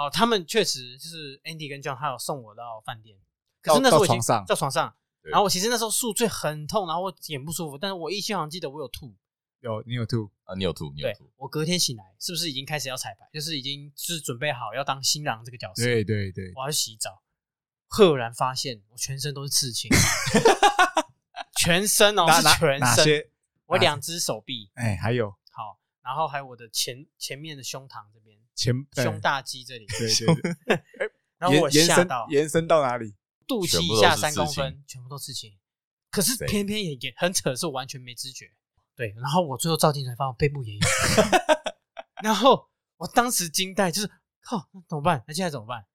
哦，他们确实就是 Andy 跟 John 还有送我到饭店，可是那时候我已经到到床上到床上，对然后我其实那时候宿醉很痛，然后我眼不舒服，但是我依稀好像记得我有吐。有你有吐，啊，你有吐，你有对吐，我隔天醒来，是不是已经开始要彩排？就是已经就是准备好要当新郎这个角色，对对对，我要去洗澡，赫然发现我全身都是刺 青，全身哦哪是哪全哪身，些？我两只手臂哎，还有好，然后还有我的前前面的胸膛这边，前胸，大肌这里，对对对，然后延我延吓伸到，延伸到哪里？ 肚脐全部以都下是三刺公青分全部都刺青，可是对偏偏也也很扯，是我完全没知觉。对，然后我最后照镜子才发现我背部也有， 然后我当时惊呆，就是靠，那怎么办？那现在怎么办？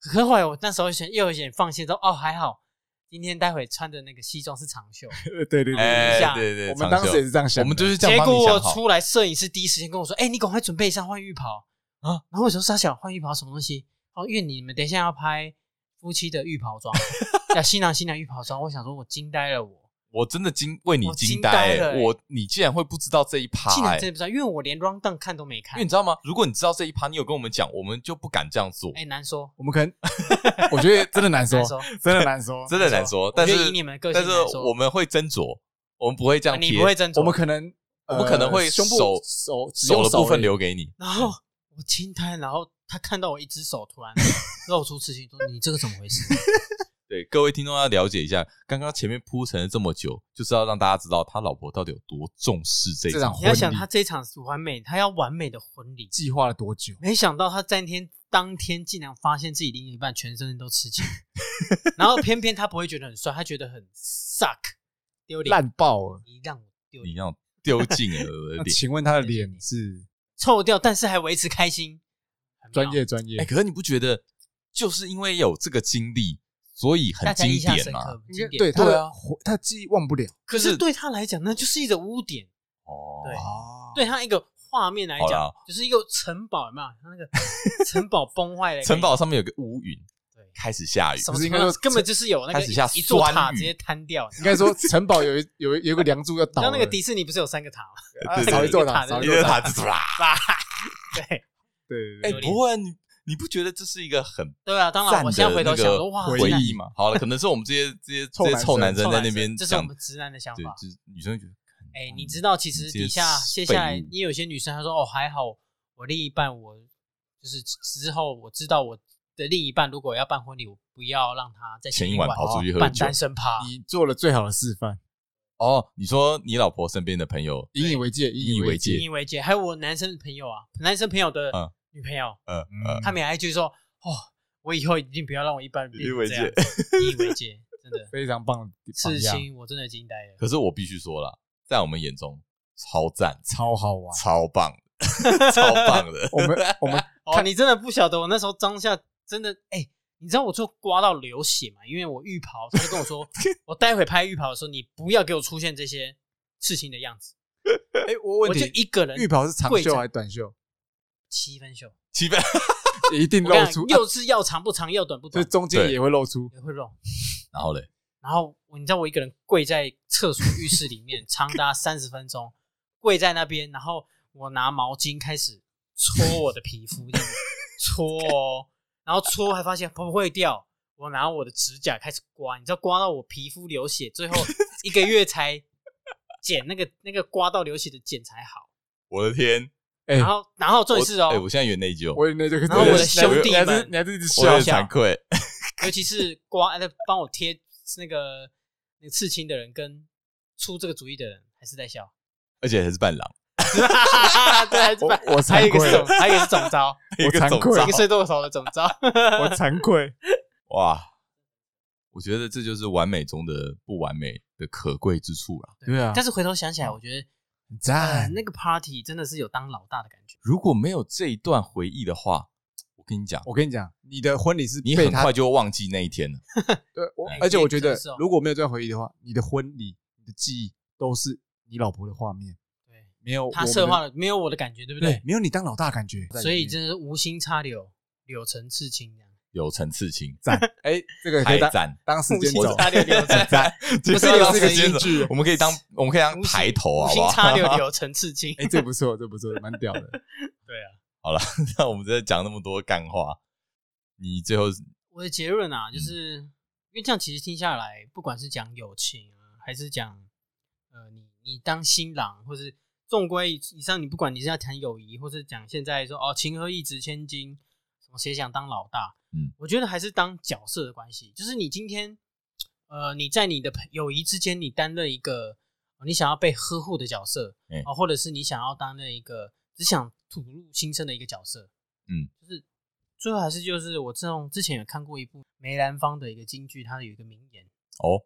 可是后来我那时候想又有点放心，说哦还好，今天待会穿的那个西装是长袖。对对对对，哎一下，对对，我们当时也是这样想的，我们就是这样结帮你果我想好。出来，摄影师第一时间跟我说：“哎、你赶快准备一下换浴袍啊！”然后我说：“傻小，换浴袍什么东西？”哦，因为你们等一下要拍夫妻的浴袍装，要新郎新娘浴袍装。我想说，我惊呆了我，我真的惊为你我惊惊呆呆了欸，欸我你竟然会不知道这一趴竟然欸，真的不知道，因为我连 round down 看都没因看为你。知道吗？如果你知道这一趴，你有跟我们讲，我们就不敢这样做哎、，难说，我们可能，我觉得真的难说难，说，真的难说， 真的难说。我但觉是得以你们的个性但来是说，我们会斟酌，我们不会这样啊你贴不会斟酌。我们可能我呃们可能会胸部手手只手用的部而分已留给你。然后我惊呆，然后他看到我一只手突然露出刺青，说：“你这个怎么回事对，各位听众要了解一下，刚刚前面铺陈了这么久，就是要让大家知道他老婆到底有多重视这这场场？”你 婚要礼。想，他这一场完美，他要完美的婚礼，计划了多久？没想到他当天当天竟然发现自己另一半全身都吃青，然后偏偏他不会觉得很帅，他觉得很 suck 丢脸，烂爆了。你让我丢你脸，让我丢进了我 的那脸。请问他的脸是臭掉，但是还维持开心，很专妙，业专业哎、？可是你不觉得，就是因为有这个经历，所以大很家印经象典深吗？刻，应经该典对他对的啊活他的记忆忘不了可就是是对他来讲，那就是一个污点，哦，对哦对他一个画面来好讲啦，就是一个城堡，有没有？它那个城堡崩坏了，城堡哎上面有个乌云对，开始下雨，什不么是情应该况？说根本就是有那个开始下一一座塔酸雨直接瘫掉。你知应道吗该说城堡有一有一有一个梁柱要倒像了，那个迪士尼不是有三个塔吗？啊对对少一对座对塔，对少一一座个塔，塔子啦。对对哎对有对，点不会啊，你你不觉得这是一个很对啊，当然赞我现在的回头那想个说，哇，回真的忆嘛？好了，可能是我们 这些这些臭这些男臭生男生臭在男那生边这是我讲，们直男的想对，法。就是女生觉得，哎，你知道其实底下直接接下来废物也有些女生她说哦还好，我另一半我就是之后我知道我的另一半如果要办婚礼，我不要让他在前前一一晚跑出去喝办哦酒单身趴。你做了最好的示范，哦，你说你老婆身边的朋友引以为戒，引以为戒引以为戒。还有我男生朋友啊，男生朋友的嗯女朋友，呃呃，他们也还就说：“哦，我以后一定不要让我一般人变引以为成这样戒子。”引以为戒， 真的非常棒的榜刺样，青，我真的惊呆了。可是我必须说了，在我们眼中超赞、超好玩。超棒、超棒 的。 我们我们哦，你真的不晓得，我那时候当下真的，哎、你知道我就刮到流血嘛？因为我浴袍，他就跟我 说，我待会拍浴袍的时候，你不要给我出现这些刺青的样子。哎，我我问就你，一个人浴袍是长跪着袖还是短袖？七分袖，七分，一定我露跟你出啊讲，，又是要长不长，要短不就短是，中间对也会露出。也会肉。然后嘞，然后我你知道我一个人跪在厕所浴室里 面，长达三十分钟，跪在那边，然后我拿毛巾开始搓我的皮肤， 这样子搓哦，然后搓还发现不会掉，我拿我的指甲开始刮，你知道刮到我皮肤流血， 最后一个月才剪那个那个刮到流血的剪才好。我的天，哎然，后然后重我点是哦哎，，我现在有点内疚，我那就然后我的兄弟你还是们你还是一直我笑有点笑惭愧。尤其是刮那帮我贴那个那个刺青的人跟出这个主意的人还是在笑。而且还是伴郎， 对，还是把我我还有一个惭是愧总了，还有一个是总招，我 惭总愧招一个睡剁手的总招。我惭 愧。啊哇！我觉得这就是完美中的不完美的可贵之处啦。 对啊但是回头想起来，我觉得呃赞，那个 party 真的是有当老大的感觉。如果没有这一段回忆的话，我跟你讲，我跟你讲，你的婚礼是你被很他快就会忘记那一天了。对，我哎而且我觉真得的是哦如果没有这段回忆的话，你的婚礼、你的记忆都是你老婆的画面，对，没有他我们策划的，了没有我的感觉，对不对对，？没有你当老大的感觉。所以真的是无心插柳，柳成刺青这样。有层次情，赞，哎，这个可太以当赞，当时间无轴心，插柳，柳成。赞， 不是这有当这个时间金轴句我们可以当我们可以当无心排头，无好不心好？插柳，柳成刺青。 哎，这不错，这不错，蛮屌的。对啊， 那我们在讲那么多干话，你最后是我的结论啊，就是因为这样，其实听下来，不管是讲友情啊，还是讲呃，你你当新郎，或是纵归以上，你不管你是要谈友谊，或是讲现在说哦，情何以值千金，什么谁想当老大，嗯，我觉得还是当角色的关系，就是你今天呃，你在你的朋友谊之间，你担任一个呃你想要被呵护的角色，嗯哦，或者是你想要担任一个只想吐露心声的一个角色，嗯，就是最后还是就是我这种之前有看过一部梅兰芳的一个京剧，它有一个名言，哦，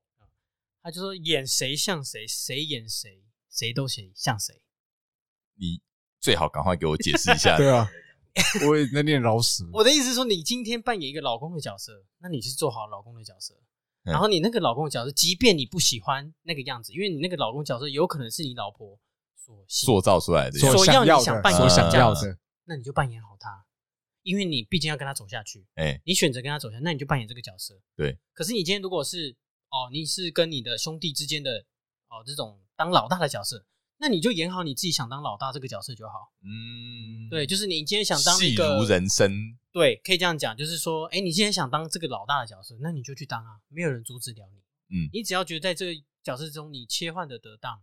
他就说演谁像谁，谁演谁，谁都谁像谁。你最好赶快给我解释一下。 对啊，我也在念老死。嗯我的意思是说，你今天扮演一个老公的角色，那你是做好老公的角色。嗯然后你那个老公的角色，即便你不喜欢那个样子，因为你那个老公角色有可能是你老婆所喜塑造出来的样子，所想要所要你想的，扮演所想要的的，那你就扮演好他，因为你毕竟要跟他走下去，哎，你选择跟他走下去，那你就扮演这个角色。对。可是你今天如果是哦，你是跟你的兄弟之间的哦这种当老大的角色，那你就演好你自己想当老大这个角色就好。嗯，对，就是你今天想当一戏个如人生，对，可以这样讲，就是说，哎，你今天想当这个老大的角色，那你就去当啊，没有人阻止了你。嗯你只要觉得在这个角色中你切换的得当，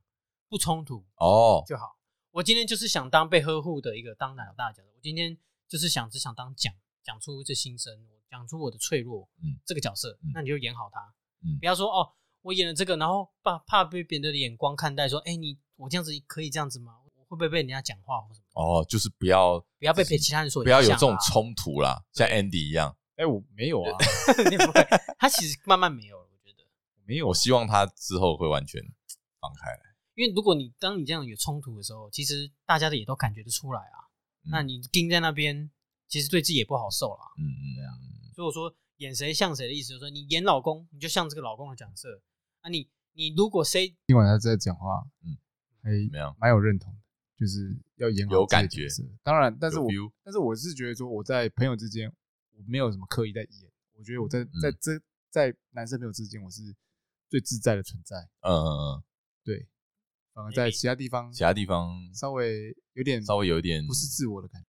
不冲突，哦，就好。我今天就是想当被呵护的一个当老大的角色，我今天就是想只想当讲讲出这心声，我讲出我的脆弱，嗯，这个角色，嗯那你就演好它，嗯不要说哦，我演了这个，然后怕怕被别人的眼光看待，说，哎，你我这样子可以这样子吗？我会不会被人家讲话或什么？哦，就是不要不要被别其他人所不要有影响这种啊冲突啦，像 Andy 一样。哎，我没有啊， 你不会，他其实慢慢没有了，我觉得。没有，我希望他之后会完全放开来。因为如果你当你这样有冲突的时候，其实大家的也都感觉得出来啊。嗯那你盯在那边，其实对自己也不好受啦。嗯嗯，对啊，所以我说演谁像谁的意思，就是说你演老公，你就像这个老公的角色啊你。你如果谁今晚他在讲话，嗯嗯，怎么样？还蛮有认同的，就是要演好有自己感的觉角色。当然，但是有我 feel 但是我是觉得说我在朋友之间我没有什么刻意在演，我觉得我嗯在在这在男生朋友之间我是最自在的存在，嗯嗯嗯，对，反而在 Maybe 其他地方其他地方稍微有点稍微有一点不是自我的感觉。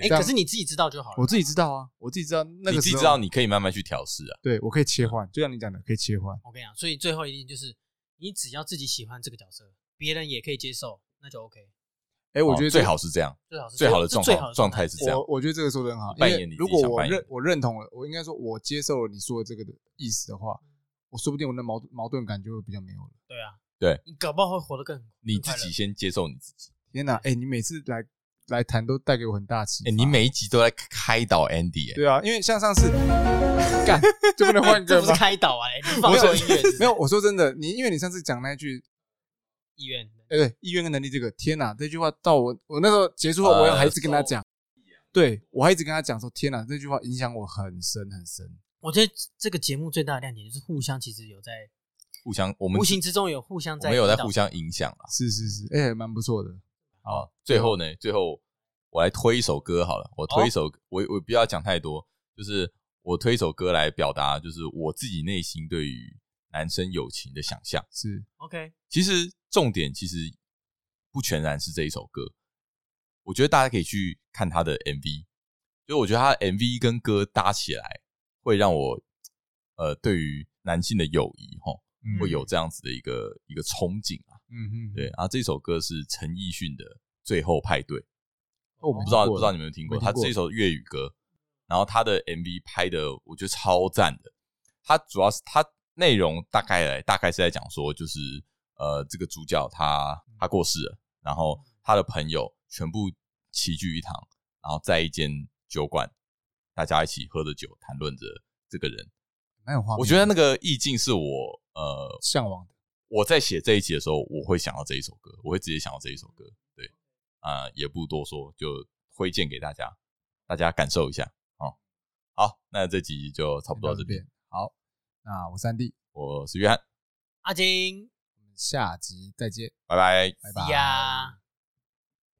哎，这样可是你自己知道就好了。我自己知道啊，我自己知道那你个自己时候知道，你可以慢慢去调试啊。对我可以切换，就像你讲的可以切换，我跟你讲，所以最后一定就是你只要自己喜欢这个角色，别人也可以接受，那就 OK。哎，我哦觉得最好。好是这样，最好是最好的这状最好况的状态态是这样。我我觉得这个说的很好，因扮为演你自己如果想我扮演认我认同了，我应该说我接受了你说的这个的意思的话，我说不定我的矛矛盾感就会比较没有了。对啊，对，你搞不好会活得更你更自快乐己先接受你自己。天哪，哎、你每次来来谈都带给我很大启发。哎，你每一集都在开导 Andy，哎，对啊，因为像上 次干就不能换这歌不吗是？开导啊，哎你放没有错音乐是不是没有，我说真的，你因为你上次讲那一句，意愿。哎、对，意愿跟能力这个，天哪，这句话到我我那时候结束后，我呃还一直跟他讲，对我还一直跟他讲说，天哪，这句话影响我很深很深。我觉得这个节目最大的亮点就是互相其实有在互相我们无形之中有互相我在们有在引导互相影响啊。是是是，哎、蛮不错的。好，最后呢，最后我来推一首歌好了，我推一首，哦我我不要讲太多，就是我推一首歌来表达，就是我自己内心对于男生友情的想象。是 OK 其实重点其实不全然是这一首歌，我觉得大家可以去看他的 MV，就我觉得他的 MV 跟歌搭起来，会让我呃对于男性的友谊吼，嗯会有这样子的一个一个憧憬啊。嗯嗯，对，啊，这首歌是陈奕迅的《最后派对》，哦，我们不知道听不过知道了你们有没有听过，没听他过这一首粤语歌，然后他的 MV 拍的我觉得超赞的。他主要是他内容大概来大概是在讲说，就是呃这个主角他嗯他过世了，然后他的朋友全部齐聚一堂，然后在一间酒馆，大家一起喝着酒，谈论着这个人。蛮有画面的。我觉得那个意境是我呃向往的，我在写这一集的时候，我会想到这一首歌，我会直接想到这一首歌。对，啊、也不多说，就推荐给大家，大家感受一下哦。好，那这集就差不多到这边。。好，那我三弟，我是约翰，阿金我们下集再见，拜拜。拜拜呀。